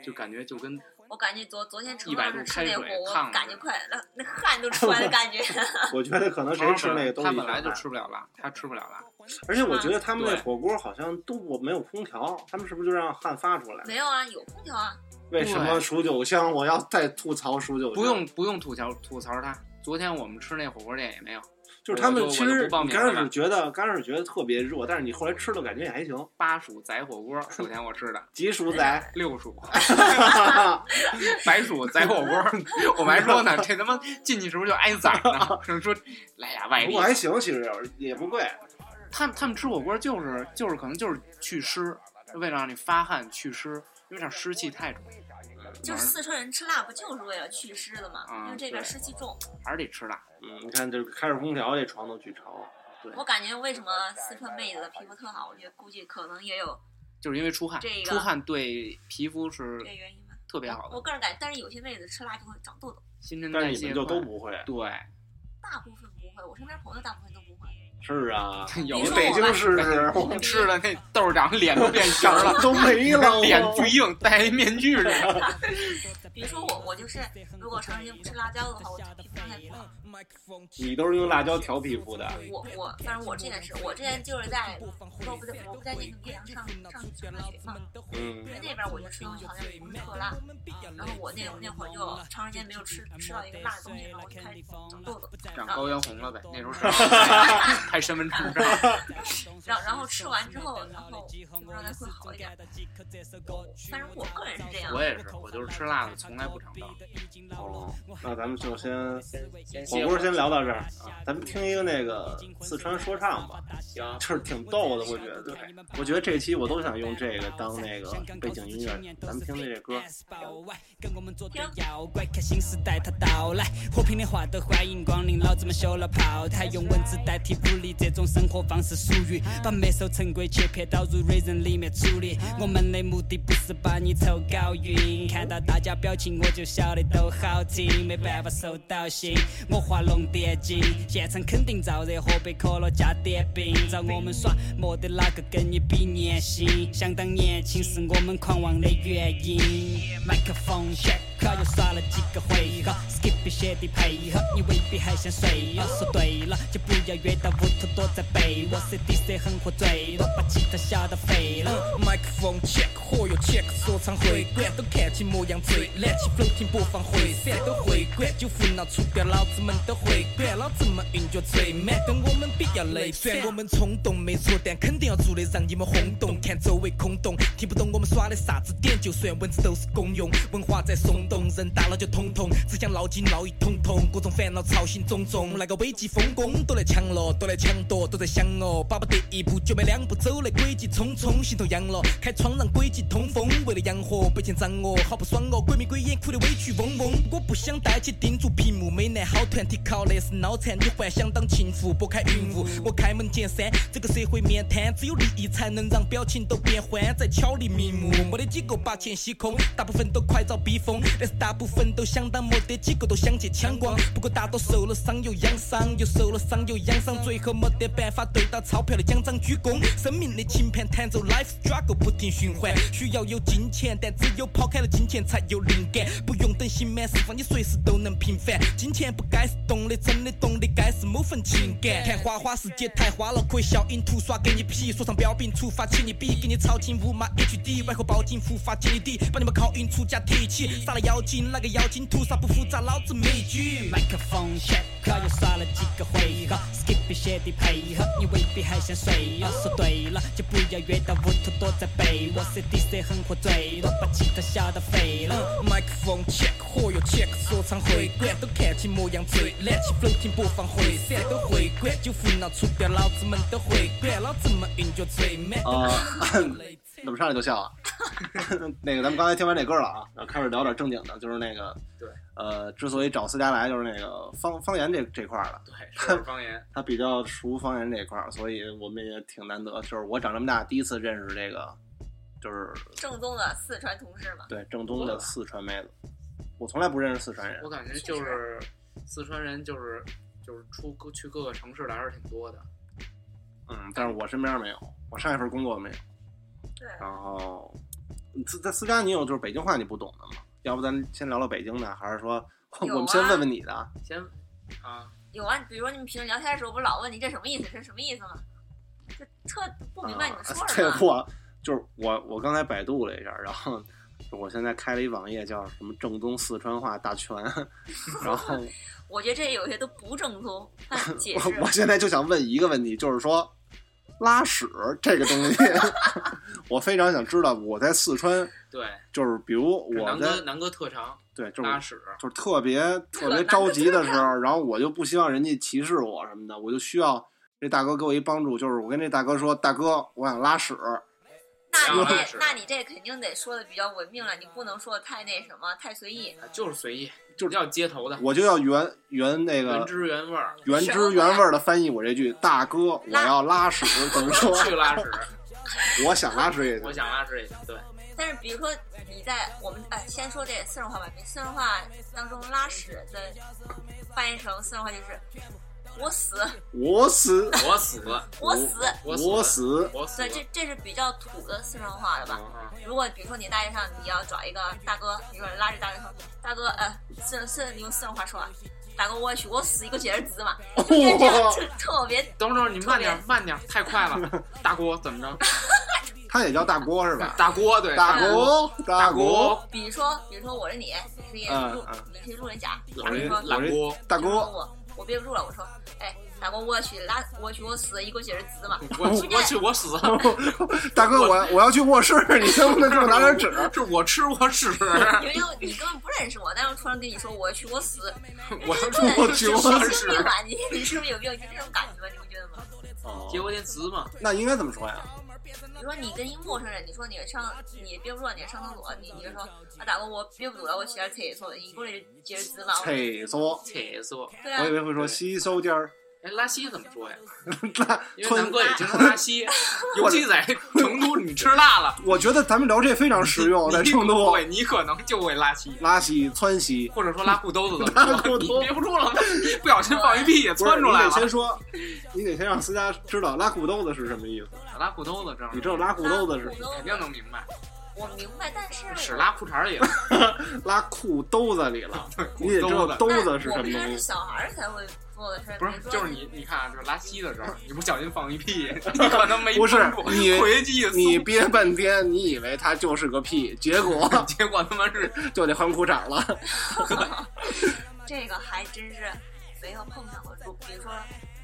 就感觉就跟
我感觉昨昨天成
一百
都
度
是吃
开
那
水
火锅，
烫
我
着
感觉快那那汗都出来的感觉。 (laughs)
我觉得可能谁吃那个都
他
一
本来
样
就。吃不了辣，他吃不了辣，
而且我觉得他们那
对
火锅好像都我没有空调，他们是不是就让汗发出来？
没有啊，有空调啊，
为什么数九香？我要再吐槽数九香。
不用，不用吐槽吐槽他。昨天我们吃那火锅店也没有
就是他们其
我就我就
实
不报
你
名
刚开
了
始觉得刚开始觉得特别热，但是你后来吃的感觉也还行。
巴蜀宰火
(laughs)
锅，昨天我吃的
吉叔仔，
(laughs)
六蜀 (laughs) 白薯宰火锅，
(laughs)
我们还说呢，这他妈进去时候就挨宰呢，说来俩外
不
地
过，还行，其实也不贵。
他们他们吃火锅就是就是可能就是祛湿，为了让你发汗祛湿，因为这湿气太重，
就是四川人吃辣不就是为了祛湿的嘛？
啊
因为这边
对
湿气重，
还是得吃辣。
嗯，你看这开着空调，这床都巨潮。
我感觉为什么四川妹子的皮肤特好？我觉得估计可能也有
就是因为出汗
这，个
出汗对皮肤是
这原因吧。
特别好
我
的，
个人感觉，但是有些妹子吃辣就会长痘痘，
新陈
但
代
是你
谢
们就
快
都不会，
对，
大部分不会，我身边朋友大部分都不会。
是啊，
有
你
(laughs) 你说
北
我
京
吧
试
(laughs)
试，我
吃了那豆长脸
(laughs)
都变形
长
了
得，都
哎
没了，
(laughs)
哦我
脸巨硬，戴一面具似的。
比如说我，我就是如果长时间不吃辣椒的话，我皮肤状态不好。
你都是用辣椒调皮肤的，
我我，反正我之前是，我之前就是在我不在我不在那个岳阳上上上大学嘛，
嗯
在那边我就吃东西好像不是特辣，然后我那我那会儿就长时间没有吃吃啊到一个辣的东西，然后我就开始长痘痘，
长高原红了呗，那
(laughs)
时候正好拍拍身份证照，
然后然后吃完之后，然后状态会好一点。反正我个人是这样
我，也是，我就是吃辣的，从来不长高。
哦，那咱们就先
先
火锅先聊到这儿啊，咱们听一个那个四川说唱吧，
行，
就是挺逗的，我觉得，我觉得这期我都想用这个当那个背景音乐，咱们听听这歌，
跟我们作对摇摆，看新时代它到来，和平的话都欢迎光临，老子们修了炮台，用文字代替武力，这种生活方式属于把墨守成规切片导入瑞人里面处理。我们的目的不是把你凑高云，看到大家表情我就晓得都好听，没办法收到信，我画龙点睛，现场肯定燥热，喝杯可乐加点冰，找我们耍，没得哪个跟你比年薪，想当年轻是我们狂妄的原因。麦克风 check，靠又刷了几个回合，skip 写的配合，你未必还想睡。哦，说对了，就不要约到屋头躲在被窝，CD 色很喝醉了，把吉他吓到废了。
麦克风 check，火药 check，说唱回归，都看起模样最懒，起 flow 听播放回闪都会管，酒胡闹出标，老子们都会管，老子们韵脚最满，跟我们比较累。虽然我们冲动没错，但肯定要做的让你们轰动，看周围空洞，听不懂我们耍的啥子点，就算文字都是公用，文化在松动，人大了就通通，只想捞金捞一通通，各种烦恼操心种种，那个危机风功都来抢了，都来抢夺，都在想哦，巴不得一步就迈两步走来，轨迹匆匆，心头痒了，开窗让轨迹通风，为了养活被钱涨哦，好不爽哦，鬼迷鬼眼哭得委屈嗡嗡，我不想呆起盯住屏幕，美男好团体靠的是脑残，你幻想当情妇，拨开云雾，我开门见山，这个社会面瘫，只有利益才能让表情都变欢，在巧立名目，没得几个把钱吸空，大部分都快遭逼疯，但是大部分都相当没得几个都想去抢光，不过大多受了伤又养伤，又受了伤又养伤，最后没得办法对到钞票的奖章鞠躬，生命的琴盘弹奏 life struggle 不停循环，需要有金钱，但只有抛开了金钱才有灵感，不用等刑满释放，你随时都能平凡，金钱不该是动的，真的动的该是某份情感，看花花世界太花了，亏小樱图刷给你 P，说唱标兵出发请你比，给你抄近无码 HD，外壳包金护发接你地，把你们靠运出家提起，杀了妖精，那个妖精屠杀不复杂，老子没句。
麦克风 check，靠又刷了几个回合，skip 写的配合，你未必还想睡。要说对了，就不要约到屋头躲在被窝，CD 色很喝醉了，把吉他吓到废了。
麦克风 check，火药 check，说唱会馆都看起模样最懒，起 flow 听播放回闪都会管，酒胡闹出标，老子们都会管，老子们韵脚最满。
啊， (laughs) 怎么上来就笑啊？ (laughs) 那个咱们刚才听完这歌了啊，然后开始聊点正经的，就是那个
对，
呃，之所以找思佳来，就是那个方方言这这块儿的，
对，是
(laughs)
方言。
他比较熟方言这一块儿，所以我们也挺难得。就是我长这么大第一次认识这个，就是
正宗的四川同事嘛。
对正宗的四川妹子。我从来不认识四川人
我，感觉就是四川人，就是就是出各去各个城市的还是挺多的。
嗯，但是我身边没有，我上一份工作没有。
对，
然后，在在私家你有就是北京话你不懂的吗？要不咱先聊聊北京的，还是说我
有啊
们先问问你的？
先啊，
有啊，比如说你们平时聊天的时候，不老问你这什么意思，这什么意思吗？就特不明白你们说什
这
么。
个啊我就是我我刚才百度了一下，然后我现在开了一网页叫什么正宗四川话大全， (laughs) 然后
我觉得这有些都不正宗，那解释
(laughs) 我我现在就想问一个问题，就是说拉屎这个东西， (laughs) 我非常想知道我在四川，
对，
就是比如
是
我
南
在
哥南哥特长
对就是
拉屎，
就是特别特
(laughs)
别着急的时候，然后我就不希望人家歧视我什么的，我就需要这大哥给我一帮助，就是我跟这大哥说，大哥，我想拉屎，
那
我
你
我
这那你这肯定得说的比较文明了，你不能说的太那什么，太随意。
啊就是随意，就是要街头的，
我就要原原那
原
个
汁原味儿，
原汁原味的翻译我这句，大哥，我要拉屎，怎么说？ (laughs)
去拉屎，
我想拉屎也
我
行。
想拉屎也行。对，
但是比如说你在我们呃，先说这四川话吧。四川话当中拉屎的翻译成四川话就是“我死
我死，
我死，
(laughs)
我
嗯
死
我死，”，
我死
对，，这这是比较土的四川话了吧？
嗯
如果比如说你大街上你要找一个大哥，你说拉着大哥说：“大哥，呃，四四，你用四川话说，啊，大哥，我去，我死一个节儿子
(laughs)
嘛。”就是这样，就特别
等会儿你慢点，慢点，太
(laughs)
快了。大锅怎么着？
他也叫大锅是吧？
大锅对，
大
锅，
锅，哦大锅，，
比如说，比如说我是你，你是
嗯
路，
嗯
你是路人甲，我
我
跟你
这
说，
我
大锅
这大锅，
我我憋不住了，我说，哎，大哥，我去拉，我去，我死一锅血儿子嘛，
(laughs) 我去，我去，我啊死。
大哥，我我要去卧室，你能不能给我拿点纸？啊
(laughs) 是我吃我屎，
因为你根本不认识我，但是突然跟你说我去，我
(laughs)
死，
我
我
去
神
我
经病
屎。
吧你， (laughs) 你是不是有病？就这种感觉，你不觉得吗？
哦
结果点词嘛，
那应该怎么说呀？
比如说你跟一陌生人，你说你上你憋不住了，你上厕所，你你就说啊，大哥，我憋不住了，我去点厕所，一锅血儿子嘛，
厕所，
厕所。
对
(laughs) 我以
啊，
为会说洗手间
(laughs)
儿，
哎，拉稀怎么说呀？
那
因为南
(laughs) 吞 (laughs)
哥也经常拉稀，尤其在成都，你吃
(laughs)
辣了，
我觉得咱们聊这非常实
(laughs)
用，在成都
对你可能就会拉稀，
拉稀、窜稀，
或者说拉裤兜子怎
(laughs)
么
拉裤兜
说？你
子
憋不住了吗？不小心放一屁也
不是
窜出来
你得先
了。
说， (laughs) 你得先让思佳知道拉裤兜子是什么意思。
拉裤兜子这样，
你知道拉裤兜子
(laughs)
是
肯定能明白，
我明白，但是
屎拉裤衩里了。
拉裤兜子里
(laughs)
了，
裤
(laughs) 你得知道兜
那
子是什
我
么
们这
东
是
西。
小孩儿才会做的事儿，
不是
比，如说
就是你，你看啊，就是拉稀的时候，你不小心放一
(laughs)
屁，你可能没
不是
绷住
你
回去一搜
你憋半天，你以为它就是个屁，结果
(laughs) 结果他妈是
就得换裤衩了。
这个还真是没有碰上过。就比如说，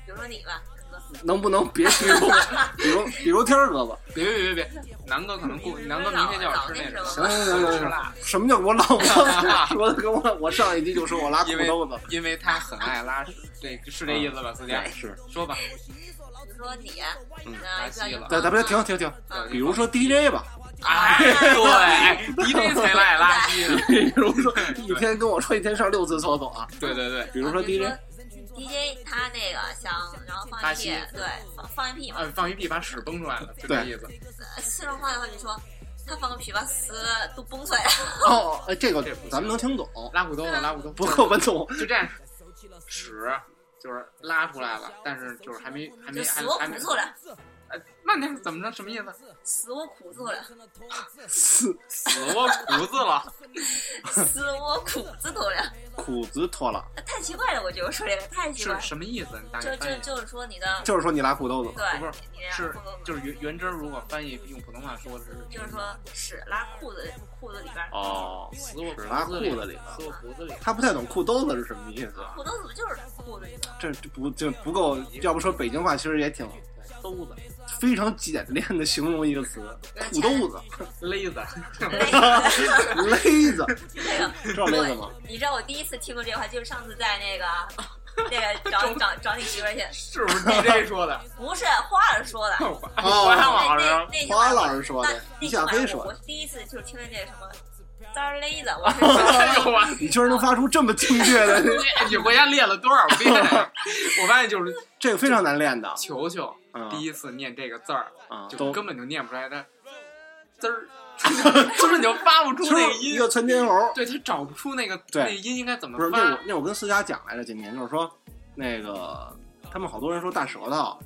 比如说你吧，哥，
能不能别比
(laughs)
如比如比如天儿哥吧？
别别别别，南哥可能过，南哥明天就要吃那种，
行
行行
吃辣，
什么叫我老
(laughs)
婆说的跟我我上一集就说我拉裤
因为
兜子，
因为他很爱拉屎，对，是这意思吧，思佳
对？嗯是。
说吧，
比如说你，
嗯，
那
拉
叫
稀
你
了，
咱咱别停停停，
嗯
比如说 DJ 吧，
哎，对，DJ 才爱拉稀呢，
(laughs) 比如说一天跟我说一天上六次厕所啊，
对对对，
比如说 DJ。
DJ 他那个想，然后放
拉
一屁
稀，
对，放放一屁嘛。
啊，放一屁把屎崩出来了，是这
对
意思，
呃四川话的话，你说他放个屁把屎都崩出来了，
嗯
哦，哎这个
这不行
咱们能听懂，
拉裤兜子，拉裤兜子，
不够文懂。
就这样，屎就是拉出来了，但是就是还没还没
就死
还没
我
还
苦
没
处了，
哎慢点，怎么着？什么意思？
死我苦处了，
死
死我犊子了！
死我苦字头了，
裤子脱了，
呃太奇怪了，我觉得我说这个太奇怪
是
了。
什么意思？你大
就
概翻
就
译一下。
就是说你的，
就是说你拉裤兜子了。
对
不是，
你这
是
样不不不
就是原原汁儿如果翻译用普通话说的是，
就是说屎拉裤子裤子里边儿，
哦，
死我
拉
脖
裤子
子里
里
了，
了
死我脖子里了。
他不太懂裤兜子是什么意思，
裤兜子不就是裤子里
(laughs)
边儿？
这这不就不够？要不说北京话其实也挺
兜子、
非常简练的形容一个词，裤兜 (laughs) 子、
勒子，
勒 (laughs) 子，
那个 (laughs)
知道勒子吗？
你知道我第一次听过这话，就是上次在那个那个找找找你媳妇儿去，
是不是 (laughs) DJ 说的？
不是花儿说的。
我
哦
那
老
那
师，
那
花老师说的，
那
一下飞说
我
的。
第一次就是听见这什么滋儿勒子，
(laughs)
我是
哎呦我，
你居然能发出这么精确的，
(laughs) 你你回家练了多少遍？ (laughs) 我发现就是
这个非常难练的
球球
嗯
第一次念这个字儿，
啊，
就
都
根本就念不出来的滋儿， (laughs) 就是你就发不出
就
那个
是一
音
个。窜天猴， (laughs)
对他找不出那个
对
那音应该怎么
不是那
发
我。那我跟思佳讲来着，今天就是说那个他们好多人说大舌头，
啊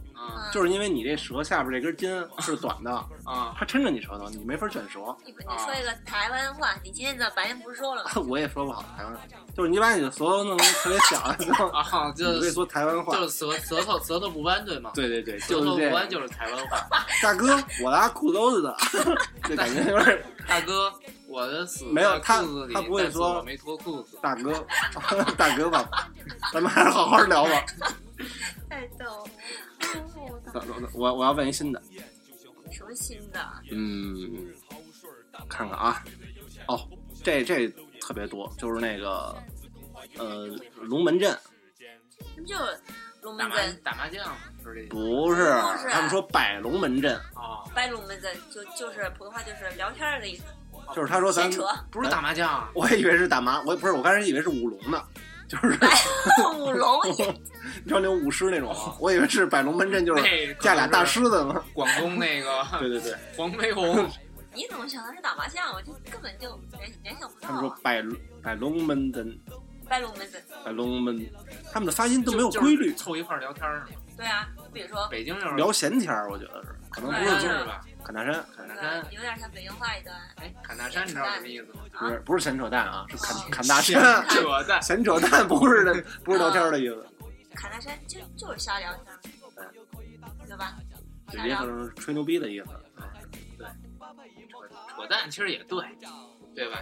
就是因为你这舌下边这根筋是短的，
啊！
它抻着你舌头，你没法卷舌。
你你说一个台湾话，你今天在白天不是说
(laughs)
了吗？
(laughs) 我也说不好台湾话，就是你把你的舌头弄得特别小，然后
啊，就
你可以
是
说台湾话。
就是舌舌头舌头不弯对吗？
对对对，
舌
就是
头不
这
弯
样。
就是台湾话。
大哥，我拉裤兜子的， (laughs) 这感觉有点。
大哥，我的死
没有
在
他
裤子里，
他不会
但是
说
我没脱裤子。
大哥， (laughs) 大哥吧，咱们还是好好聊吧。
太逗了，哎
等等等我我要问一新的，
什么新的？
嗯，看看啊，哦，这这特别多，就是那个呃龙门阵，
那不就是龙
打
门
麻
阵、
打麻将是这意思
不是啊
不是
他们说摆龙门阵，
啊？
掰龙门阵，就就是普通话就是聊天儿的意思， (laughs)
就是他说咱
闲扯。
不是打麻将，啊
我以为是打麻，我不是，我刚开始以为是舞龙呢，就是
舞龙
(laughs)
也
你知道那种舞狮那种
哦
啊，我以为
哎
是摆龙门阵，就是
那
架俩大狮子嘛。
广东那个
对对对，
黄飞鸿
你怎么想的是打麻将？我就根本就联联想不到
他们说
啊。
摆摆龙门阵，
摆龙门阵，
摆龙门，他们的发 (laughs) 音都没有
就
规律
就是，嗯凑一块儿聊天儿是吗？
对啊，比如说，
北京就是
聊闲天儿，我觉得是，可能不
不
是
是
就
劲
是
儿吧？
侃大
啊
山，侃
对
大山
吧呃有点像北京话一段
哎，侃大山，你知道什么意思吗？
不
啊
是，不是闲扯淡啊，是侃
哦
侃大
闲
山，
扯淡，
闲扯淡不是
(laughs)
的，不是聊天儿的意思，
侃大山就就是瞎聊天儿，
嗯
对吧？
就
哎
瞎
也
聊，
可能是吹牛逼的意思。啊
扯淡其实也对，对吧？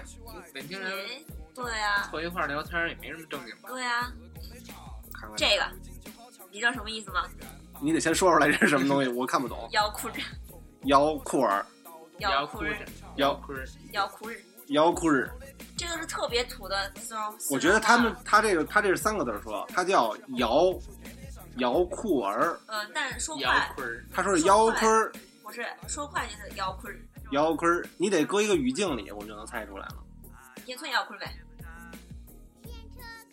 北京人
哎，对啊，
凑一块儿聊天儿也没什么正经的。
对啊，
看看
这个你知道什么意思吗？
你得先说出来这是什么东西，我看不
哎
懂。
腰裤日，
摇裤儿，
聊
腰裤
哭
日，
摇
哭着，
腰裤日，
摇裤儿，
这个是特别土的四川四川话。
我觉得他们他这个他这是三个字儿说，他叫摇摇裤儿，
呃，但是说
摇
快
哭着，
他说是摇裤儿
不是说快就是腰裤日，
摇裤儿，你得搁一个语境里，我们就能猜出来了。
也算腰裤呗。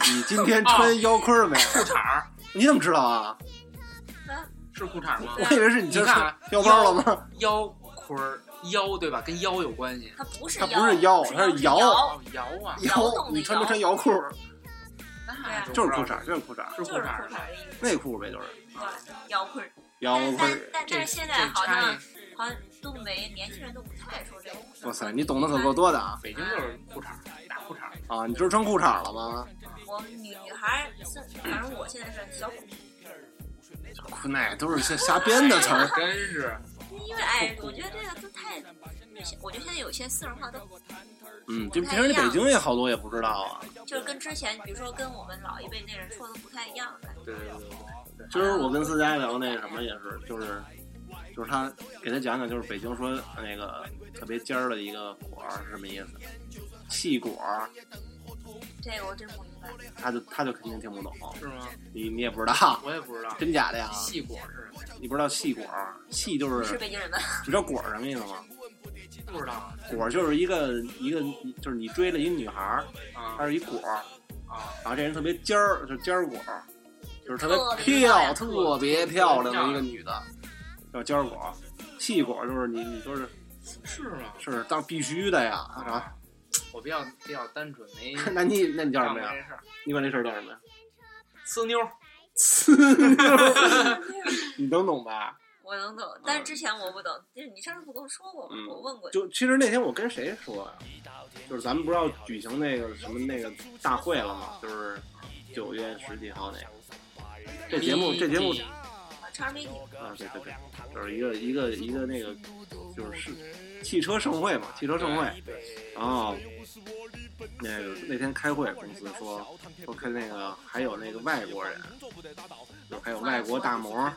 你今天穿腰裤儿没？
裤衩儿
你怎么知道啊？
那
是裤衩儿吗
对？
我以为是你今儿
你看啊
穿腰包了吗？
腰哭儿，腰对吧？跟腰有关系。
它不是
它
腰，
不是腰它是
是
摇
哦，摇啊，
摇动的
你穿不
摇
穿摇裤儿？
那
就是
不
裤
知道
衩，就是裤衩，
啊是
就是
裤
裤
衩
衩
儿吧。
的意思，
内裤呗，就是
对，腰裤日。
摇
但
裤儿
但。但
这
但是现在
这
好
差
像
异
好像都没年轻人都不太说这个。
哇塞，你懂得可够多的啊！
北京就是裤衩儿，大裤衩儿，
啊，你今儿穿裤衩了吗？
我们女女孩儿是，反正我现在是小裤，
裤那哎都是瞎瞎编的词儿。
哎真是
因为哎，我觉得这个都太，我觉得现在有些四川话都
(laughs) 嗯，就平时你北京也好多也不知道啊。
就是跟之前，比如说跟我们老一辈那人说的不太一样了。
对对对。
今儿我跟思佳聊那什么也是，就是就是他给他讲讲，就是北京说那个特别尖儿的一个果儿是什么意思？气果儿，
这个我真不明白。
他就他就肯定听不懂，
是吗？
你你也不知道，
我也不知道。
(laughs) 真假的呀？
细果是什么？
你不知道气果儿，气就是是
北京人吗？
你知道果儿什么意思吗？
不知道啊
果儿就是一个一个，就是你追了一女孩儿，她
啊
是一果儿，
啊！
然后这人特别尖儿，就是尖儿果儿，就是特别
特别漂
漂
亮
特别漂亮的一个女的，叫尖儿果儿。细果儿就是你你就是
是吗？
是当必须的呀，啊，
我比较比较单纯，没
(laughs) 那你那你叫什么
干过
呀
这？事儿。
你管这事儿叫什么呀？
呲妞儿，
你能懂吧？
(laughs) 我能懂，但是之前我不懂。就是你上次不跟我说过吗
嗯？
我问过你。
就其实那天我跟谁说呀、就是咱们不是要举行那个什么那个大会了吗？就是九月十几号那个。这节目这节目
叉 m e
啊，对对对，就是一个一个一个那个，就是是汽车盛会嘛，汽车盛会。然后那个那天开会，公司说说跟那个还有那个外国人，就还有外国大模，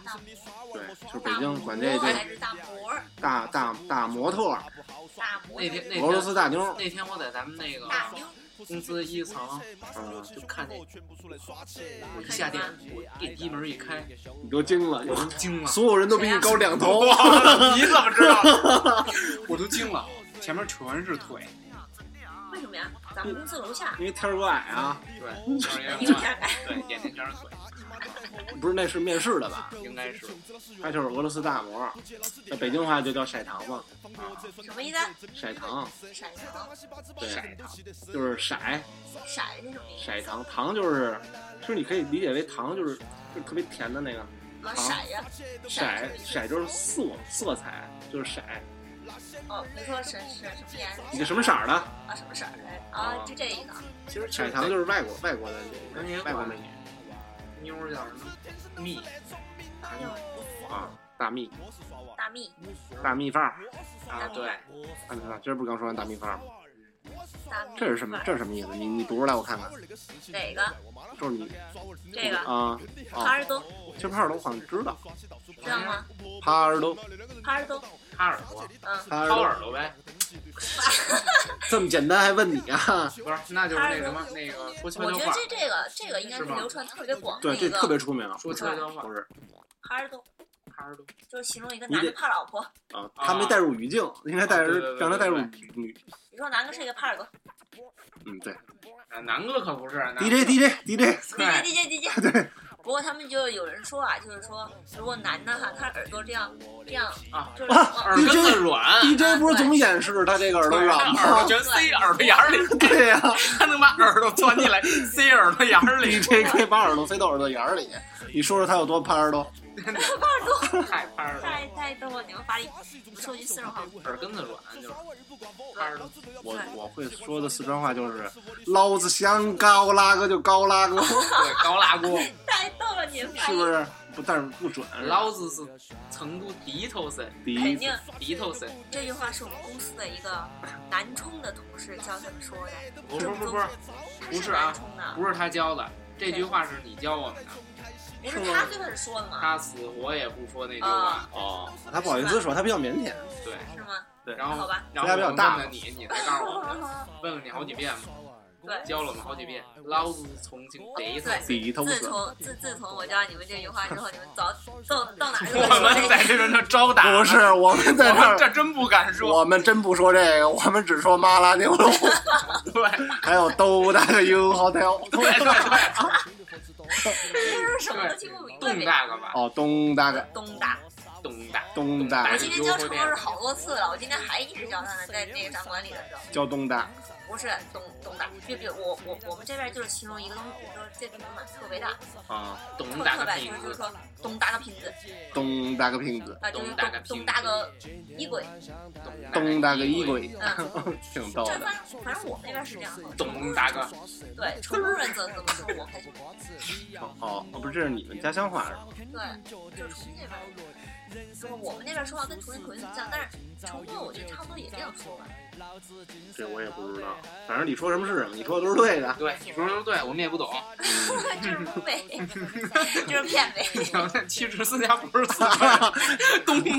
对，就是北京管这
还
这
是大模儿
大大大模特儿，
大模
那天那
俄罗斯
天
大妞儿，
那天我在咱们那个
大妞儿，
公司一层
嗯，
就看见，我一下电，我电梯门一开，
你都惊了， (laughs)
我都惊了。
所有人都比你高两头，
你怎么知道？ (laughs) 我都惊了，前面全是腿，
为什么呀？咱们公司楼下
因为天儿不矮啊，
(laughs)
对，全
有
是
点
腿，
矮。
对，眼睛全是腿，啊
不是那是面试的吧？
应该是
他就是俄罗斯大模，在北京话就叫色糖嘛，
什么意思？
色糖。
色糖，
对，
色糖，
就
色
是色
是什么意思？
色糖，糖就是，就是你可以理解为糖，就是就是特别甜的那个
啊，色
糖。
呀，
色色就是色色彩，就是色，
哦，你说什什什么颜色？
你这什么色儿的？
啊？什么色儿？啊，就这意思啊。
其实
色糖就是哎外国外国的
那你也
外国
管
美女
妞儿叫什么蜜，
啊，大蜜
大蜜，
嗯
大蜜范儿，哎
啊，对，
大蜜范儿，今儿不是刚说完大蜜范儿吗？
大蜜。
这是什么？这是什么意思？你你读出来我看看，
哪个？
就是你
这个
啊
帕
啊，
尔东，
其实帕尔多好像知道，
知道吗？
帕尔多
帕
(laughs)
尔东，
掏耳朵，
嗯，
帕尔
掏
多
耳朵呗，
这么简单还问你啊？
不是，那就是那什么那个说悄
我
悄
觉得这
话，
这个这个应该是
是吗
流传特别广的
对，
一个。
这特别出名，
说悄悄话
不，是啊
帕尔东，
掏耳朵，
就是形容一个
你
男
得
的怕老婆。
啊，他没带入语境，应该带入让他带入女
你说男的是一个帕尔东
嗯，对
啊，南哥可不是南哥
，DJ DJ DJ，
(laughs)
，DJ DJ DJ，不过他们就有人说啊，就是说如果男的哈，他耳朵这样这样
啊 (laughs)
就是哦
啊
往
耳根子软，
DJ 不是总演示他这个
(laughs)
耳朵软
耳朵
吗？ (laughs)
全塞耳朵眼儿里， (laughs)
对呀、 (laughs)
他能把耳朵钻进来，塞耳朵眼儿里
d，j 可以把耳朵塞到耳朵眼儿里。你说说他有多耙耳朵？
太拍
(laughs)
了。
太太逗了，你们发力，你们说句四川话，
耳根子软就是拍了，
我我会说的四川话就是，老子想高拉个就高拉个，
对，高拉锅。
太逗了，你们发
是
力
不是？不，但是不准。
老子是成都第一头神，
第
肯
一
定。
第一头神。
这句话是我们公司的一个南充的同事教他们说的，
不是不是
他
不是不是
南
啊
充的，，
不是他教的，这句话是你教我们的。
不是他跟他说的吗？
他死活也不说那句
啊
话，
哦，他不好意思说，他比较腼腆。
对。
是吗？
对
然
好
后
吧
然
他
后
比
我
较
问
大
了你，你才告诉我们，问了你好几遍嘛，
对。
教了我们好几遍。老子是重庆第一头
对，
神。
比头
自
子
从自自从我教你们这句话之后，你们早到到哪儿都
我们在
在
这边就招打了，
不是，我们在
我
这
们这
儿，
真不敢说。
我们真不说这个，我们只说麻辣牛肉，
对，
还有豆大的 U hotel。
对对对，
这是什么都听不明
动
白。
大个吧，
哦，东大个
东大，
动大。
东大
我
哎
今天教陈老师好多次了，我今天还一直教他呢，在那个展馆里的时候，
叫东大，
不是东东大，别别，我我我们这边就是形容一个东西，比如说这个东西特别大，
啊，
特
董大
特
个
别
屁
大，就是
股，
说东大个瓶子
东大个瓶子，
啊，就是
东大个
东东
瓶子
大个衣
(laughs)
柜，
东大个衣
衣柜，
柜，
嗯
挺逗
这
的。
反正反正我们那边是这样说，
董大个，
对，初中人怎么怎么说我开始，
哦，哦不是，这是你们家乡话是吧？
对，就是重庆那边。说我们那边说话跟重庆口音很像，但是重庆我觉得差不多也这样说吧。 (laughs)
这我也不知道，反正你说什么是什么，你说的都是对的。 (laughs)
对，你说的对，我们也
(laughs)
不懂。
这
(laughs)
是东北， (laughs) 这是骗北。
其实私家不是
(laughs)
四川，东北，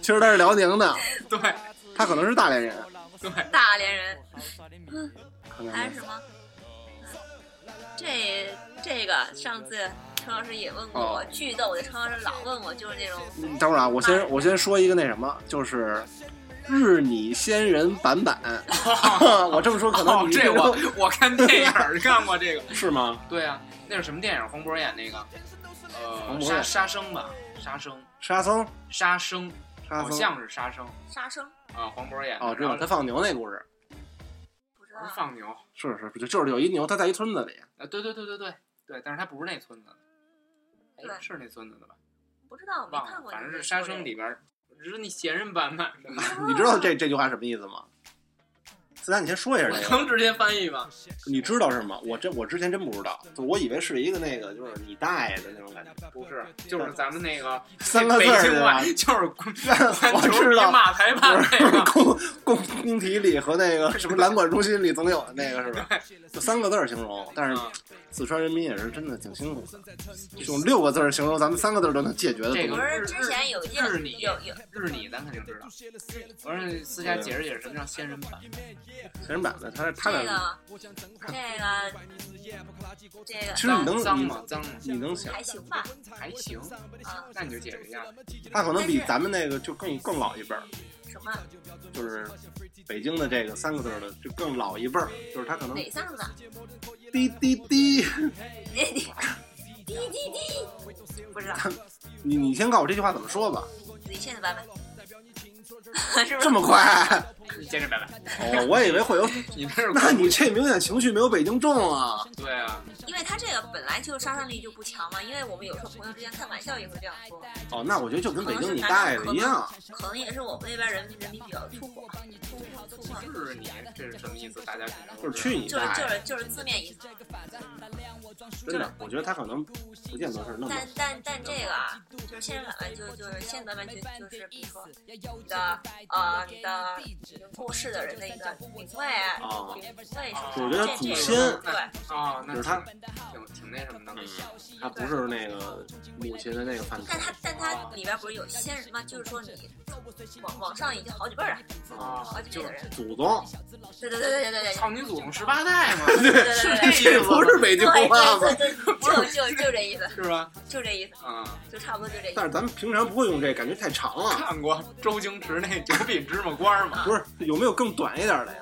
其实他是辽宁的，
对
他可能是大连人，
对，
大连人
嗯
可能
还有什么？这这个上次陈老师也问过我，
哦
巨逗的。陈老师老问我，就是那种
嗯等会儿啊，我
哎
先我先说一个那什么，就是日你仙人板
(laughs)
板，我这么说可能
哦
你，
这我我看电影儿看过这个，
是吗？
对啊，那是什么电影？黄渤演那个，呃，
黄渤
杀
演
杀生吧，杀生，
沙僧，
杀生，
沙
好
僧，
像是杀生
杀生，
啊，黄渤演的。
哦，知
然
道
后
他放牛那故事，
不知
不是
道。
放牛，
是是是，就是有一牛，他在一村子里，
呃，对对对对对对，但是他不是那村子的，哎，
对
是那村子的吧？
不知道，没
忘
看
了，
过。
反正是杀生里边儿，只是你闲人版本的。
(laughs)
你知道这这句话什么意思吗？思丹，你先说一下
我
这个，
能直接翻译吗？
你知道是吗？我真我之前真不知道，就我以为是一个那个就是你大爷的那种感觉，
不是，就是咱们那个
三个
北
字儿
京
对
话，
吧？
就是
(laughs)
管
我知道
马台办那个。
(laughs) 宫宫宫体里和那个什么蓝管中心里总有的那个是吧？就三个字儿形容，但是
嗯
四川人民也是真的挺辛苦的，用六个字儿形容咱们三个字儿都能解决的
这
不
东西。
是
个
之前有一件
日你
有有
日你咱肯定知道，我说私下解释解释什么叫仙人板，
全人版的，他他
这
俩
个这个这个
其实你能
脏
你
吗？脏吗？
你能想，
还行吧
还行，
啊？
那你就解释一下。
他可能比咱们那个就更更老一辈儿，
什么
就是北京的这个三个字儿的就更老一辈儿，就是他可能
哪上子？
滴滴滴，
滴滴滴滴，不知道
你你先告诉我这句话怎么说吧，
李现的版本， (laughs) 是不是
这么快？
你接着拜拜。
哦，我也以为会有，
你那是
那你这明显情绪没有北京重啊。
对啊，
因为他这个本来就杀伤力就不强嘛，因为我们有时候朋友之间开玩笑也会这样说，
哦，那我觉得就跟北
可能
京
是
你
咱
大爷
俩
的一样，
可能也是我们那边人人民比较粗犷，粗粗犷，
日你这是什么意思？大家肯定
就
都
是去
知
你
就是
大
就
爷！
是就是字面意思。
真的，我觉得他可能不见得是那么
但但但这个啊，就是现在版就就是现在版就就是比如说你的呃你的过世的人的一个灵位啊，
啊，
灵位
道。
什
就
么
是
的，这这个
他祖先
对。
啊，那
就是他，
挺挺那什么的。
嗯，他不是那个母亲的那个范畴
但它但它里边不是有仙人吗？就是说你往往上已经好几辈儿了，
哦
啊，
好几辈的人。
祖宗，
哎
对对对对对对对。
操你祖宗十八代
(laughs)
嘛，
对对对 (laughs) 对
这不啊是北京话吗？
对对对，就就就这意思，
是吧？
就这意思，
啊，
就差不多就这意
但
思。
是咱们平常不会用这，感觉太长了。
看过周星驰那九品芝麻官吗？
不是，有没有更短一点的呀？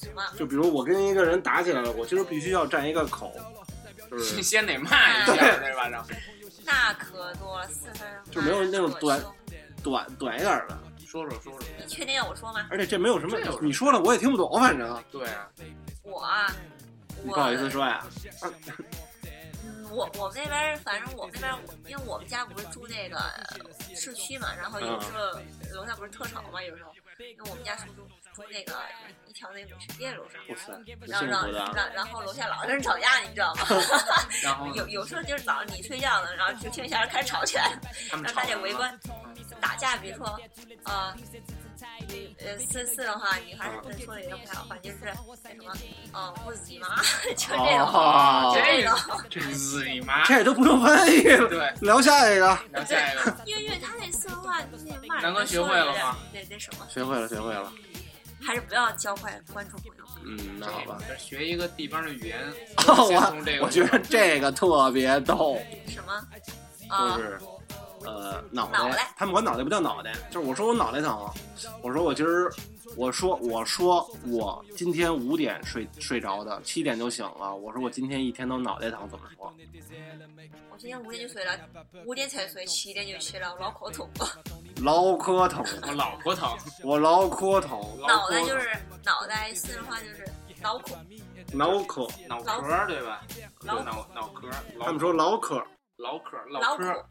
什么？
就比如我跟一个人打起来了，我今儿必须要占一个口，就是
(laughs) 先得骂一下，对吧？然后
那可多了，四分钟
就没有那种
可
短
凶
短短一点儿的，
说说说说，
你确定要我说吗？
而且这没有什么
这有什，么
你说了我也听不懂，反正
对啊，
我啊，
你
我
不好意思说呀。
嗯，我我们那边儿，反正我们那边儿，我因为我们家不是住那个呃市区嘛，然后有时候楼下不是特吵嘛，有时候，因为我们家是住住那个一条那个美食街楼上，
哇塞，挺
然后
幸
然后
福的啊。
然然后楼下老跟人吵架，你知道吗？ (laughs)
然后
有有时候就是早上你睡觉呢，然后就听一下人开始吵起来，
他们
让大
吵完
家
了
围观打架，比如说，呃，你呃四四的话，女孩儿跟说的也不太好，反正就是那什么，哦，我自己嘛， (laughs) 就这种，
哦，
这
这
种。
这是你妈，
这也都不用翻译。
对，
聊下一个，
然后下一个
因为因为他那四川话那骂人，
南哥学会了吗？
那那什么，
学会了，学会了。
还是不要教坏观众朋友。
嗯， (laughs) 那好吧。
这学一个地方的语言，
(laughs)
先从这
我
个
我觉得这个特别逗，
什么？
就
啊、
是呃脑
脑
袋
袋，
他们管脑袋不叫脑袋，就是我说我脑袋疼，我说我今儿我说我说我今天五点睡睡着的，七点就醒了，我说我今天一天都脑袋疼，怎么说？
我今天五点就睡了，五点才睡，七点就起了，我脑壳痛。
脑壳疼， (laughs)
我老婆疼，
我脑壳疼，
脑袋就是脑袋，四川话就是脑壳。
哎脑壳，
脑壳对吧？
老
对脑脑壳，
他们说脑壳，
脑壳
脑
脑
壳
壳，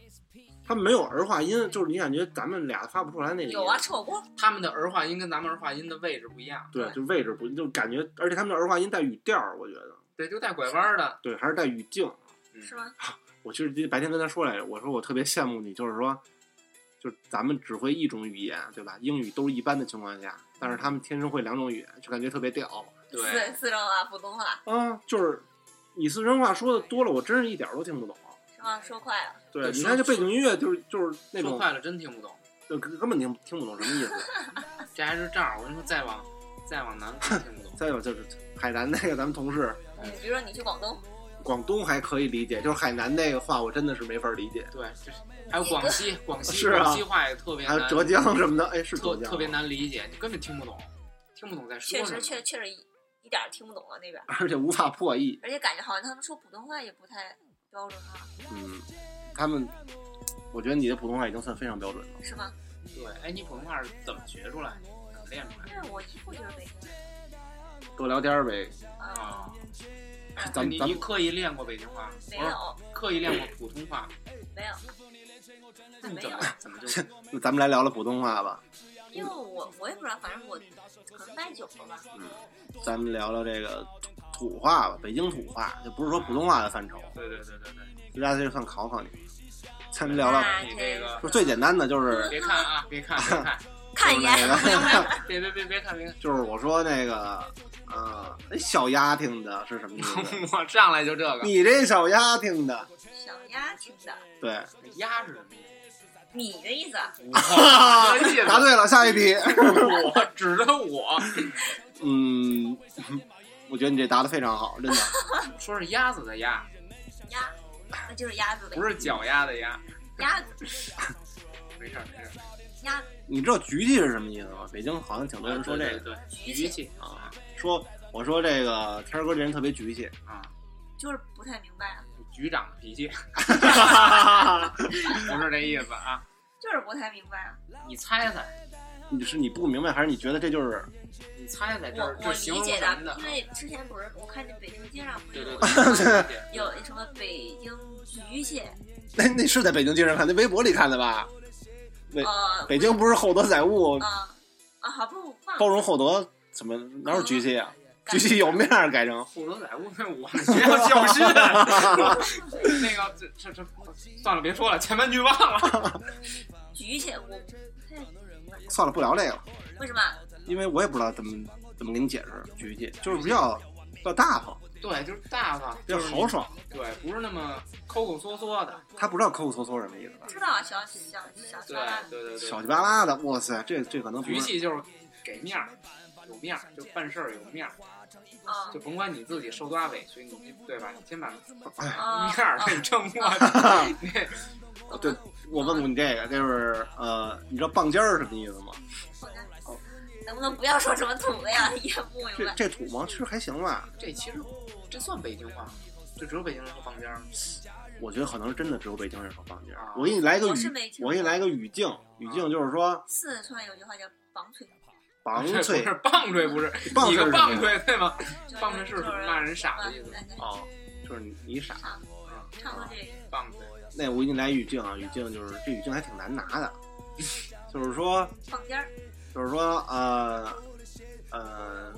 他们没有儿化音，就是你感觉咱们俩发不出来那个音
有啊，吃火锅。
他们的儿化音跟咱们儿化音的位置不一样，
对，就位置不就感觉，而且他们的儿化音带语调儿，我觉得
对，就带拐弯的，
对，还是带语境。
是吗？
我其实白天跟他说来着，我说我特别羡慕你，就是说，就是咱们只会一种语言，对吧？英语都是一般的情况下，但是他们天生会两种语言，就感觉特别屌
对，
(laughs) 四四川话、普通话
啊！就是你四川话说的多了，我真是一点儿都听不懂。
是吗？说快了，
对，
对
你
说
看这背景音乐就是就是那
说
种，
快了真听不懂。
就根根本听听不懂什么意思。
这还是这样，我跟你说，再往再往南真听不
(laughs)
懂。
再有就是海南那个咱们同事，
嗯，比如说你去广东，
广东还可以理解，就是海南那个话我真的是没法理解。
对，就是还有广西，广西
是啊
广西话也特别
还有
难，
浙江什么的，哎，是浙
特
江吗
特别，难理解，你根本听不懂，听不懂在说
确
什
实
么。
确确实一一点儿听不懂了那边，
而且无法破译。
而且感觉好像他们说普通话也不太标准啊，
嗯，他们，我觉得你的普通话已经算非常标准了。
是吗？
对，哎，你普通话是怎么学出来的？怎么练出来
但是我一副就是北京人
多聊天儿呗，
的？
啊，
啊，
咱们
你
咱
你
们
刻意练过北京话？
没
不是
有
刻意练过普通话，
没有。
那你
没
怎
有
么啊怎么就
那咱们来聊聊普通话吧。
因为我我也不知道，反正我可能卖酒了吧。
咱们聊聊这个土土话吧，北京土话，就不是说普通话的范畴。
对对对对对，
就大家就算考考你，咱们聊聊，
那
你
这
这
(laughs)
个
就最简单的就是
别看啊，别看别看，
看
(laughs)
一眼，
(laughs) 别别别别看别看。
就是我说那个，呃，哎小丫听的是什么意
(laughs)
思？
(laughs) 我上来就这个
你这小丫听的，
小鸭听的，
(laughs)
对，
鸭是什么意
你的意思啊？
思？这意思
答对了，下一题。
(laughs)
(laughs)
我指的我，
嗯， (laughs) 我觉得你这答的非常好，真的。
说是鸭子的鸭，
鸭，那就是鸭子呗
哎不。是脚丫的鸭。
鸭子，
没事儿没事儿，
鸭子，
你知道“局气”是什么意思吗？北京好像挺多人说这个，
啊对，对对局气
啊，说我说这个天儿哥这人特别局气，
啊，
就是不太明白啊，
局长的
(laughs)
脾气，不是这意思啊。
就是不太明白啊。
你猜猜，
你是你不明白，还是你觉得这就是
你猜猜
我
这
我
这形
理
容
解
什么
的
的，？啊
因为之前不是我看见北京街上不是
对对 (laughs)
有
对，我理解
有那什么北京局蟹，
那那是在北京街上看，那微博里看的吧？对
呃
北京不是厚德载物，
啊啊，好不忘
包容厚德，怎么哪有局气啊？局气有面儿改成
厚德载物，那我们学校教 (laughs) 训。那个，这这这，算了，别说了，前半句忘了。 (laughs)
局蟹，我不太明白
算了，不聊这个了，
为什么
因为我也不知道怎么怎么给你解释局气，就是比较比较大方，
对，就是大方，
比较
就是
豪爽。
对，不是那么抠抠缩缩的。
他不知道抠抠搜搜什么意思吧？
知道啊？小小小啊
对
小鸭子，
对对对，
小鸡巴拉的，哇塞，这这可能不
局
是
气就是给面儿，有面儿就办事儿有面儿，
啊
就甭管你自己受多大委屈，你对吧？你先把
哎
啊
面儿
啊
给挣过
(laughs)
去。
哦
(laughs)
对。我问过你这个，就是呃，你知道棒尖儿是什么意思吗？
能不能不要说什么土的呀？也不明
这
白。
这土吗？其实还行吧，
这其实这算北京话吗？就只有北京人和房间儿。
我觉得可能真的只有北京人和房间
啊。
我给你来个
我是没
语，
听过
我给你来个语境，语境就是说
四川有句话叫“棒槌
棒
哦 (laughs) 这
槌
不是棒槌，不是
棒
你
槌
个
是什
棒
么呀？
槌对吗？”，棒
槌
槌是不是骂人傻的意思
哎
啊
哦，就是你你傻。
差不啊多这个意思。
棒槌，
那我给你来语境啊，语境就是这语境还挺难拿的， (laughs) 就是说
棒尖儿，
就是说呃呃，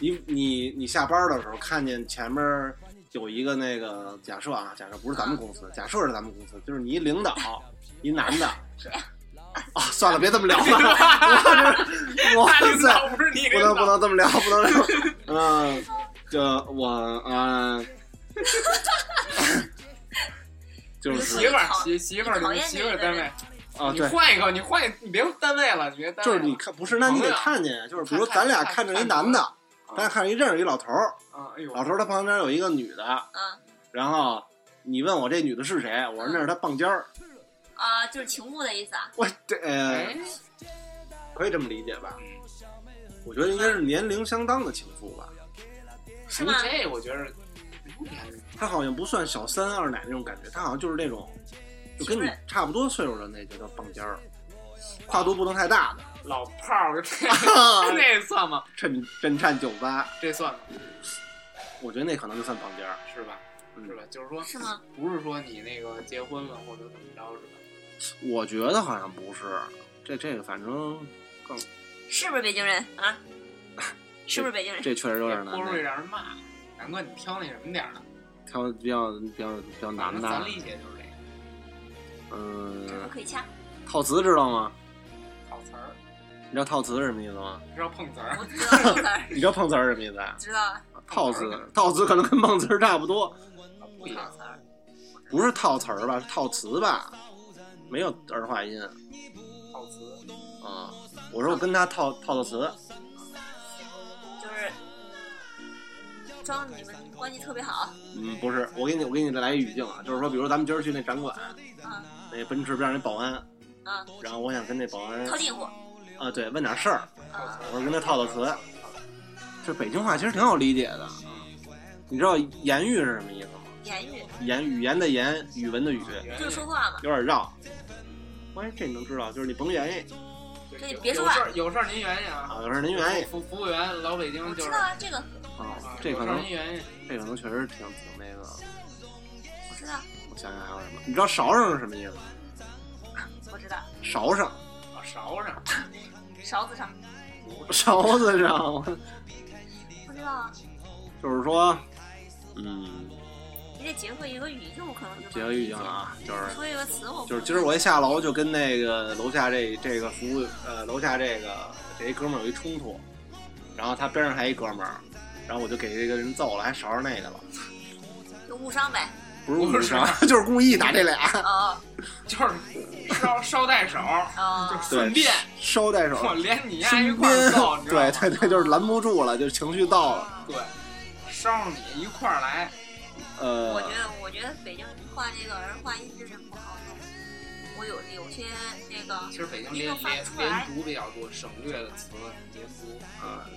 你你你下班的时候看见前面儿有一个那个假设啊，假设不是咱们公司，假设是咱们公司，就是你一领导，一男的。 (laughs) 啊，算了，别这么聊了。 (laughs) (laughs) 我
(laughs)
这，我
大领
塞，
导不是你
不
领
能不
导，
能这么聊，不能
(laughs)
聊。嗯，就我嗯， (laughs) 就
媳
是
妇儿媳媳妇
你讨
儿
厌
媳妇儿
这个
单
人
位，
啊，
你
对，
换一个，你换一，你别单位了，你别单
就
位
是
了
你看不是，那你得看见，就是比如咱俩看着一男的，咱俩看着一认识一老头儿，
啊，哎呦，
老头儿他旁边有一个女的，
嗯
然后你问我这女的是谁，我说那是他棒尖儿，
啊，就是情物的意思啊。
我这呃
哎，
可以这么理解吧？
嗯
我觉得应该是年龄相当的情妇吧，
是吗
这我觉得不年龄
她好像不算小三二奶那种感觉，她好像就是那种就跟你差不多岁数的那就叫棒尖儿，跨度不能太大的。
老炮儿，这
(laughs)
那算吗？
趁震颤酒吧，
这算吗？
我觉得那可能就算棒尖儿。
是吧？
嗯
是吧？就是说，
是吗？
不是说你那个结婚了或者怎么着是吧？
我觉得好像不是，这这个反正
是不是北京人
(laughs)
啊？是不是北京人？
这确实有点
这不容易
难，
让人骂，难怪你挑那什么点儿的。
挑比较比较比较嗯
咱
难
们
的
咱。理解就是这个
我
嗯，
可以掐，
套词知道吗？
套词儿，
你知道套词是什么意思吗？
你知道碰瓷儿
嗯
(laughs) 我，知道这个词儿，
(laughs) 你知道碰瓷儿是什么意思啊？
知道啊，
套词，套词可能跟碰瓷儿差不多，
啊不一
好
样。
词儿。
不是套词儿吧？是套词吧？没有儿化音啊、
套词，
我说我跟他套套套词，
就是装你们关系特别好，
嗯，不是，我给你我给你再来一语境啊，就是说，比如咱们今儿去那展馆，
嗯
啊
那奔驰边上那保安，
啊，
然后我想跟那保安
套近乎
啊，对，问点事儿，
啊，
我说跟他套套词。这北京话其实挺好理解的，啊你知道言语是什么意思吗？
言语
言语言的言，语文的语，
就是说话嘛，
有点绕。哎，这你能知道，就是你甭愿意
这你
有
别说
有
话
事儿有事儿您原因啊，
啊，有时候您愿意
服服务员老北京
我
就
知
是
道啊，这个
啊
啊，，
这
有
可
事儿
能
您原因，
这可能确实挺挺那个。
我知道，
我想想还有什么？你知道勺上是什么意思吗？
我知道，
勺上，
啊勺上， (laughs)
勺子上
勺子上，我
不知道啊，
就是说，嗯，
你得结合一个语境，我可能就
结合语境啊，就是
说一个词，我
就是今儿我一下楼就跟那个楼下这这个服务呃楼下这个这一哥们儿有一冲突，然后他边上还一哥们儿，然后我就给这个人揍了，还勺着那个了，
就误伤呗，
不是误伤， (laughs) 就是故意打这俩，
哦
就是捎捎带手，就
哦，
(laughs) 顺便，
捎带手，
我连你丫一
身
块儿揍，你知道
对
吗
对对，就是拦不住了，就是情绪到了，
对，捎着你一块儿来，
呃
我觉，得我觉得北京话这个儿化音真是不好弄，我有有些那个
其实北京
你
连
都发
连
不出来
连读比较多，省略的词啊连读。
呃，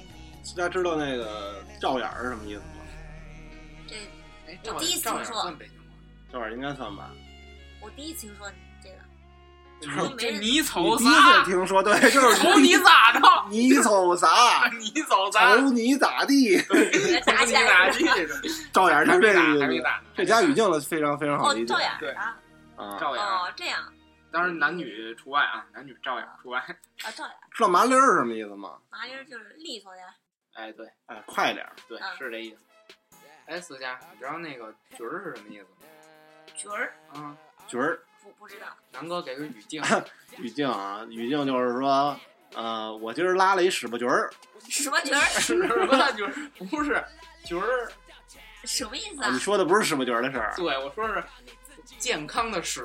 大家知道那个照眼儿是什么意思吗？
这
哎，
我
赵
第一
眼
次
赵眼
听说
算北京话。
照眼儿应该算吧？
我第一次听说这个，
就是
没人
你
你
瞅
第一次
啥？
听说，对，就是
瞅你咋着？ (laughs)
你瞅啥？
你瞅
(laughs)
咋？
瞅你咋地？
打
你
起来
咋
了
地？
照 (laughs) 眼儿
还
就
没
这
打
个意，思
还没。打呢。
这家语境呢非常非常好
哦
理，解
赵雅
对
啊，
啊。
赵眼，
哦这样
当然男女除外啊，男女照眼除外。
啊赵雅，
知道麻溜儿是什么意思吗？
麻溜儿就是利索点儿，
哎，对
哎，快点儿，
对
嗯，
是这意思。哎，思佳，你知道那个角儿是什么意思吗？
角儿
嗯，
角儿
不不知道，
南哥给个语
(laughs)
境，
语境啊，语境就是说，呃，我今儿拉了一屎巴角儿，
什么角儿
是吧？角儿不是角儿，
什么意思
啊
啊
你？说的不是屎巴角儿的事儿，
对我说是健康的屎。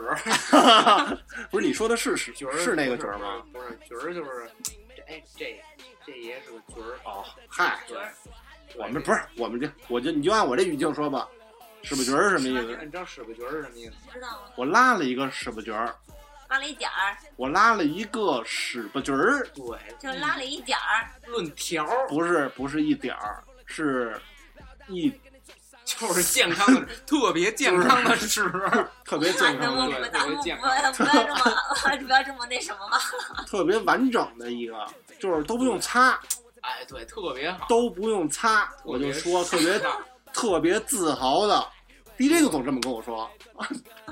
(laughs) 不是你说的是屎
角儿
是那个角
角
儿吗？？
不是角儿，就是这哎这这爷是个角儿。
哦，嗨，
角儿，
我们不是我们这，我就你就按我这语境说吧，屎巴角儿是什么意
哎
思？
你知道屎巴角儿是什么意思？
不知道吗？
我拉了一个屎巴角儿，
拉了一点儿，
我拉了一个屎巴角儿，
对，
就是拉了一点儿，
论条儿，
不是不是一点儿，是一
就是健康
(laughs)
的，特别健康的纸。
特别健
反正
康
我们
的对，
大
特
不
别
不
健
不要这么不要这么那什么嘛。
特别完整的一个，就是都不用擦，
哎，对，特别好。
都不用擦，我就说特别特别自豪的。DJ 就总这么跟我说，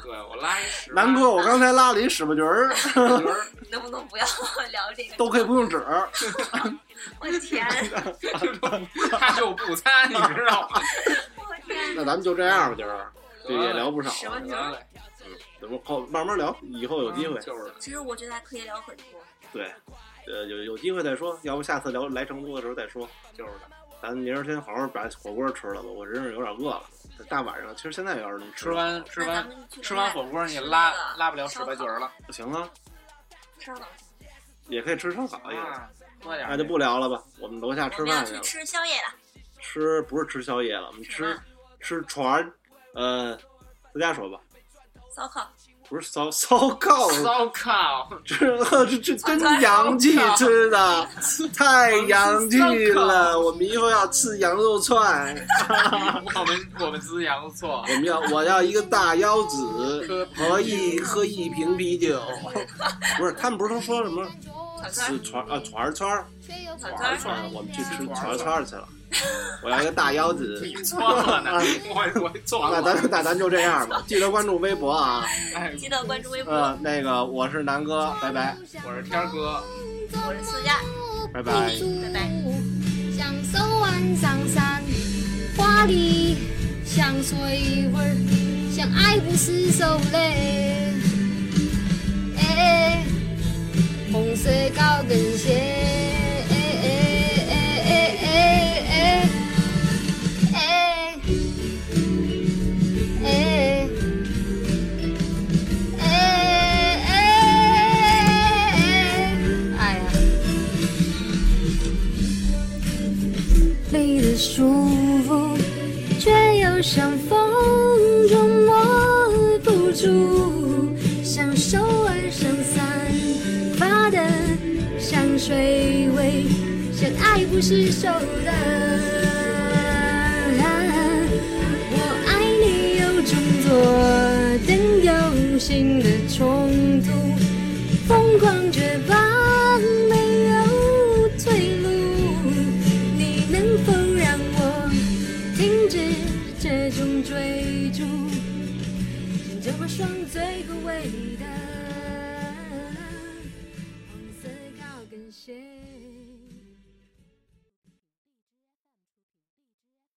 对我拉一屎。
南哥，我刚才拉了一屎巴局儿， (laughs)
能不能不要聊这个？
都可以不用纸。
我
(laughs)
天，
他就不擦，你知
(laughs)
道吗？
我天，
那咱们就这样吧，今儿这也聊不少
什
啊
么
了，
局？
咱们后慢慢聊，以后有机会。
就是
其实我觉得还可以聊很多。
对，呃，有有机会再说，要不下次聊来成都的时候再说。就是的，咱明儿先好好把火锅吃了吧，我真是有点饿了。这大晚上，其实现在要是能
吃完吃
那咱
完
们去
吃完火锅，你拉拉不了屎巴角了。
不行啊，
吃了，
也可以吃烧烤，也
啊，多点儿
那就不聊了吧。我们楼下
我
吃
们要
饭去
去
了，
吃宵夜了。
吃不是吃宵夜了，我们
吃
吃
饭
吃船，呃，自家说吧，
烧烤，
不是烧烧烤，
烧烤，
这这这真洋气吃的，太洋气了。我们以后要吃羊肉串。
我们我们资阳错
(laughs) 我，们要我要一个大腰子和一喝一瓶
(laughs)
啤酒，不是他们不是都说什么
烤串
四
儿，
串啊串儿串儿
烤
串
串
儿
儿，
串儿，我们去吃串儿串儿去了。我要一个大腰
(laughs)
子。
你错了呢，我我错
那
了。
咱那咱就这样吧，记得关注微博啊。
哎，
记得关注微博，
呃，那个我是南哥，拜拜，
我是天儿哥。
我是思佳。
拜拜。
拜拜
享受晚上山花里香水味儿，相爱不释手嘞。哎，红色高跟鞋。哎哎哎哎哎哎哎哎哎哎呀！里的舒服，却又像风中握不住，像手儿像散发的香水味，像爱不释手的。我爱你有种左等右心的冲突。疯狂绝望，没有退路。你能否让我停止这种追逐？像这么爽最后味的红色高跟鞋。